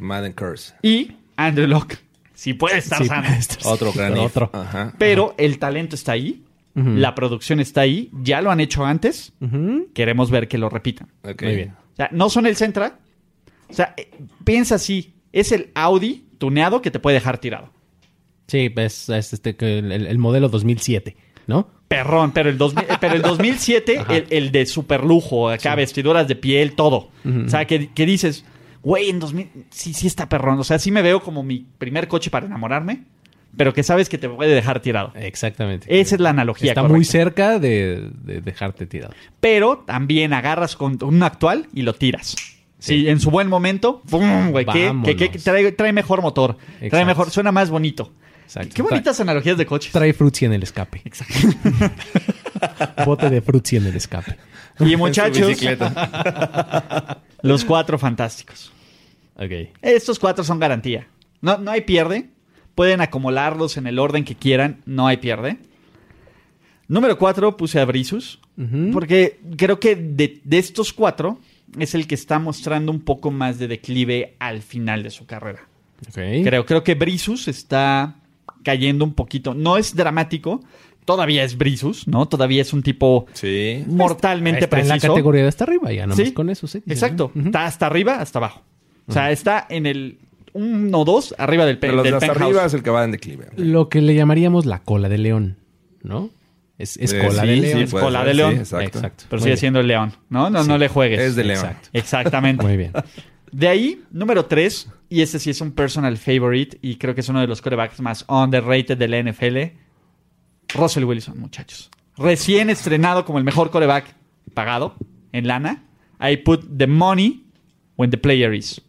Madden Curse.
Y Andrew Locke. Si puede estar
Sí,
sano.
Otro gran if. Ah.
Otro.
Ajá.
Pero el talento está ahí. La producción está ahí. Ya lo han hecho antes. Queremos ver que lo repitan.
Ok.
Muy bien.
O sea, no son el Centra. O sea, eh, piensa así. Es el Audi tuneado que te puede dejar tirado.
Sí, pues es este, que el, el- el modelo 2007, ¿no?
perrón, pero el, 2000 eh, pero el 2007, el, el de super lujo, acá vestiduras de piel, todo. O sea, que, que dices, güey, en 2000, sí, sí está perrón. O sea, sí me veo como mi primer coche para enamorarme, pero que sabes que te puede dejar tirado.
Exactamente.
Esa es la analogía.
Está muy
correcta.
cerca de, de dejarte tirado.
Pero también agarras con un actual y lo tiras. Sí, en su buen momento, ¡pum! güey, que, que- que
Vámonos.
trae, trae mejor motor, trae
Exacto.
mejor, suena más bonito.
Exacto.
Qué bonitas analogías de coches.
Trae Fruitsy en el escape. Exacto. Bote de Fruitsy en el escape.
Y
En su
muchachos,
bicicleta.
los cuatro fantásticos.
Ok.
Estos cuatro son garantía. No, no hay pierde. Pueden acumularlos en el orden que quieran. No hay pierde. Número cuatro puse a Brisus. Porque creo que de, de estos cuatro es el que está mostrando un poco más de declive al final de su carrera.
Ok.
Creo, creo que Brisus está cayendo un poquito. No es dramático. Todavía es Brisus, ¿no? Todavía es un tipo
Sí.
mortalmente
está en
preciso.
la categoría de hasta arriba, ya nomás
Sí.
con eso. se dice,
Exacto.
¿no? Ujú.
Está hasta arriba, hasta abajo. O sea, está en el 1 o 2 arriba del, pe-
Pero los
del
de hasta
penthouse.
arriba es el que va en declive.
Lo que le llamaríamos la cola de león, ¿no? Es, es
Eh,
cola
sí,
de
sí,
león.
Es
puede
cola
ser,
de
sí,
león.
exacto.
Pero
Muy
sigue
bien.
siendo el león, ¿no? No, no le juegues.
Es de león.
Exacto.
Exactamente.
Muy bien.
De ahí, número 3, y este sí es un personal favorite y creo que es uno de los corebacks más underrated de la NFL, Russell Wilson, muchachos. Recién estrenado como el mejor coreback pagado en lana. I put the money when the player is.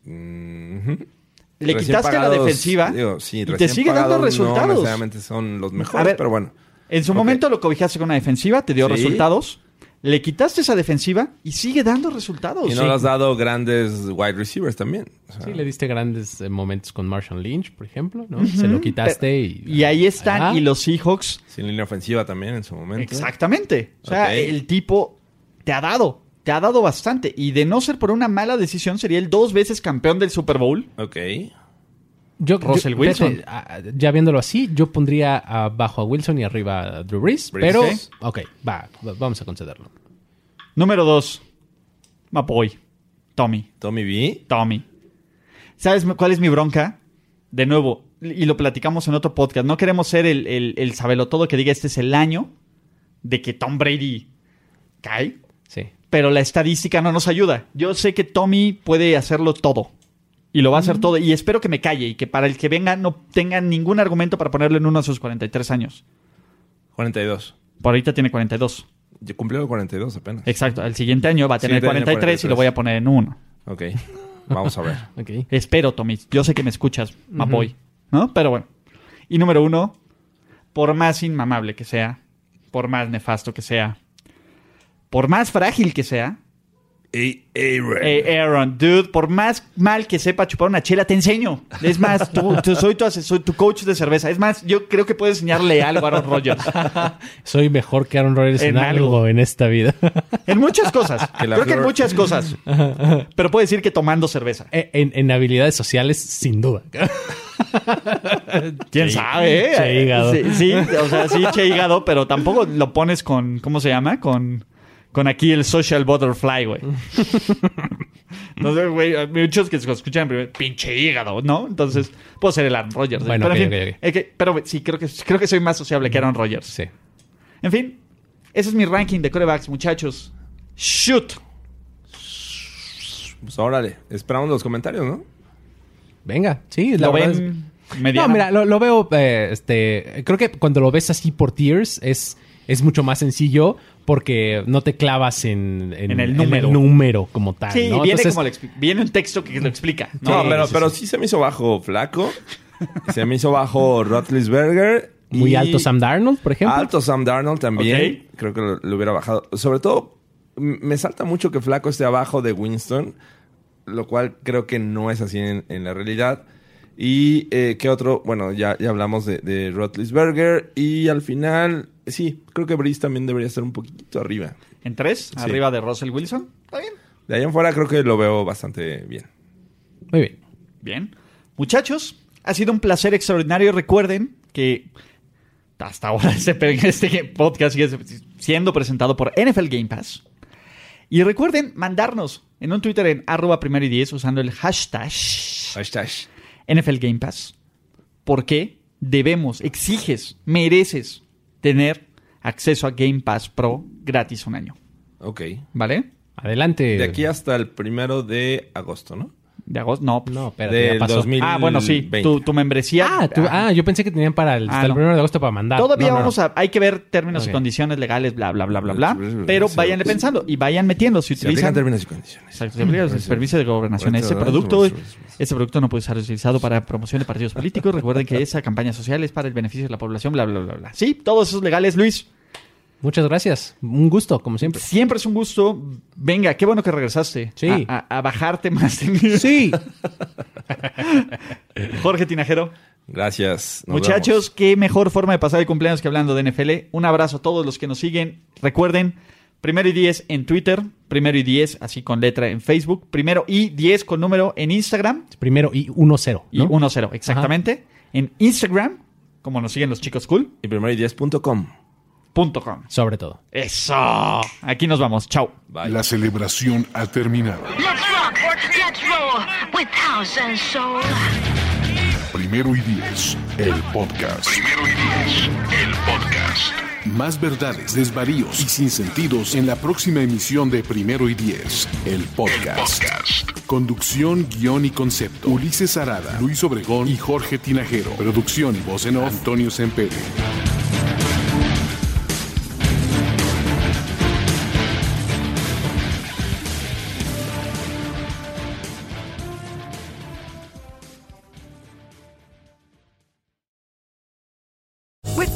Le
Recién
quitaste la
pagados,
defensiva
digo, sí,
y te
recién
sigue dando
pagados No
resultados.
necesariamente son los
A
mejores,
ver,
pero bueno.
en su
Ok.
momento lo cobijaste con una defensiva, te dio
Sí.
resultados. Le quitaste esa defensiva y sigue dando resultados. ¿eh?
Y no
oh, Sí.
le has dado grandes wide receivers también. O sea,
Sí, le diste grandes eh, momentos con Marshall Lynch, por ejemplo, ¿no? Se lo quitaste y...
Y ahí están,
Ajá.
y los Seahawks
Sin línea ofensiva también en su momento.
Exactamente. O sea,
Ok.
el tipo te ha dado, te ha dado bastante. Y de no ser por una mala decisión, sería el dos veces campeón del Super Bowl.
Ok.
Yo,
Russell
fíjate,
Wilson.
a- a- ya viéndolo así, yo pondría abajo a Wilson y arriba a Drew Brees,
Brees,
pero...
sí.
Ok, va, va- vamos a concederlo.
Número dos, Mapoy. Tommy.
Tommy B.
Tommy. ¿Sabes m- cuál es mi bronca? De nuevo, y lo platicamos en otro podcast. No queremos ser el, el, el sabelotodo que diga este es el año de que Tom Brady cae.
Sí.
pero la estadística no nos ayuda. Yo sé que Tommy puede hacerlo todo. Y lo va a hacer todo. Y espero que me calle y que para el que venga no tenga ningún argumento para ponerlo en uno a sus 43 años.
42.
Por ahorita tiene 42.
Yo cumplí los 42 apenas.
Exacto. El siguiente año va a tener
Siguiente año,
43, y lo voy a poner en uno.
Ok. Vamos a ver.
Ok.
Espero, Tommy. Yo sé que me escuchas, Mapoy. ¿No? Pero bueno. Y número uno, por más inmamable que sea, por más nefasto que sea, por más frágil que sea, Eh, Aaron, dude, por más mal que sepa chupar una chela, te enseño. Es más, tú, tú- soy tu asesor, tu coach de cerveza. Es más, yo creo que puedo enseñarle algo a Aaron Rodgers.
Soy mejor que Aaron Rodgers
En
en,
algo.
algo. en esta vida.
En muchas cosas.
Que la
creo que en
flor-
muchas cosas. Pero puedo decir que tomando cerveza.
en, en habilidades sociales, sin duda.
¿Quién sabe? eh?
che hígado.
Sí, sí, o sea, sí, che hígado, pero tampoco lo pones con, ¿cómo se llama? Con, con aquí el social butterfly, güey. Entonces, güey, hay muchos que se escuchan primero, pinche hígado, ¿no? Entonces, puedo ser el Aaron Rodgers.
Bueno,
pero, en
ok,
fin,
ok, ok.
es que- pero sí, creo que, creo que soy más sociable que Aaron Rodgers.
Sí.
En fin, ese es mi ranking de corebacks, muchachos. Shoot.
Pues órale. Esperamos los comentarios, ¿no?
Venga, sí, la
Lo
verdad es-
ven mediano.
No, mira, lo, lo veo, eh, este, creo que cuando lo ves así por tiers es, es mucho más sencillo porque no te clavas en,
En el número.
número como tal,
Sí,
Ah, ¿no?
viene,
Entonces,
como lo expli- viene un texto que lo explica.
No,
Sí,
pero,
sí,
pero sí se me hizo bajo Flaco. se me hizo bajo Rutlisberger.
muy alto Sam Darnold, por ejemplo.
Alto Sam Darnold también.
Ok.
Creo que lo, lo hubiera bajado. Sobre todo, m- me salta mucho que Flaco esté abajo de Winston, lo cual creo que no es así en, en la realidad. Y eh, qué otro, bueno, ya, ya hablamos de, de Rutlisberger. Y al final, sí, creo que Brice también debería estar un poquito arriba.
En tres, arriba de Russell Wilson. Está bien.
De ahí en fuera creo que lo veo bastante bien.
Muy bien.
Bien. Muchachos, ha sido un placer extraordinario. Recuerden que hasta ahora este, este podcast sigue siendo presentado por NFL Game Pass. Y recuerden mandarnos en un Twitter en arroba primero y diez usando el hashtag
Hashtag.
NFL Game Pass. Porque debemos, exiges, mereces tener acceso a Game Pass Pro gratis un año.
Ok.
Eh. ¿Vale?
Adelante.
De aquí hasta el primero de agosto, ¿no?
De agosto. No. pues.
No, espérate, ya
Del
pasó.
2000.
Ah, bueno, sí. Tu, tu membresía.
Ah, tú- ah, yo pensé que tenían para el, hasta
Ah,
el
no.
1 de agosto para mandar.
Todavía
No, no, no.
vamos a. Hay que ver términos y
Ok.
condiciones legales, bla, bla, bla, bla, bla.
Sí,
Pero
sí,
váyanle
sí.
pensando y vayan metiendo. Si
Se aplican
utilizan.
términos y condiciones.
Exacto, se aplica el servicio de gobernación. Este producto, este producto no puede ser utilizado para promoción de partidos políticos. Recuerden que esa campaña social es para el beneficio de la población, bla, bla, bla, bla. Sí, todos esos legales, Luis.
Muchas gracias. Un gusto, como siempre.
Siempre es un gusto. Venga, qué bueno que regresaste.
Sí.
A, a- a bajarte más. Sí. Jorge Tinajero.
Gracias. nos
Muchachos, qué mejor forma de pasar el cumpleaños que hablando de NFL. Un abrazo a todos los que nos siguen. Recuerden, primero y 10 en Twitter, primero y 10 así con letra en Facebook, primero y 10 con número en Instagram
Primero y 1-0.
y 1-0, exactamente. En Instagram, como nos siguen los chicos cool,
vemos. Y primero y 10.com.
punto com.
Sobre todo.
Eso. Aquí nos vamos. Chao.
Bye.
La celebración ha terminado.
Let's rock, let's roll with house and soul.
Primero y diez, el podcast. Primero y diez, el podcast. Más verdades, desvaríos y sinsentidos en la próxima emisión de Primero y diez, el podcast. Conducción, guión y concepto. Ulises Arada, Luis Obregón y Jorge Tinajero. Producción y voz en off, Antonio Sempere.
With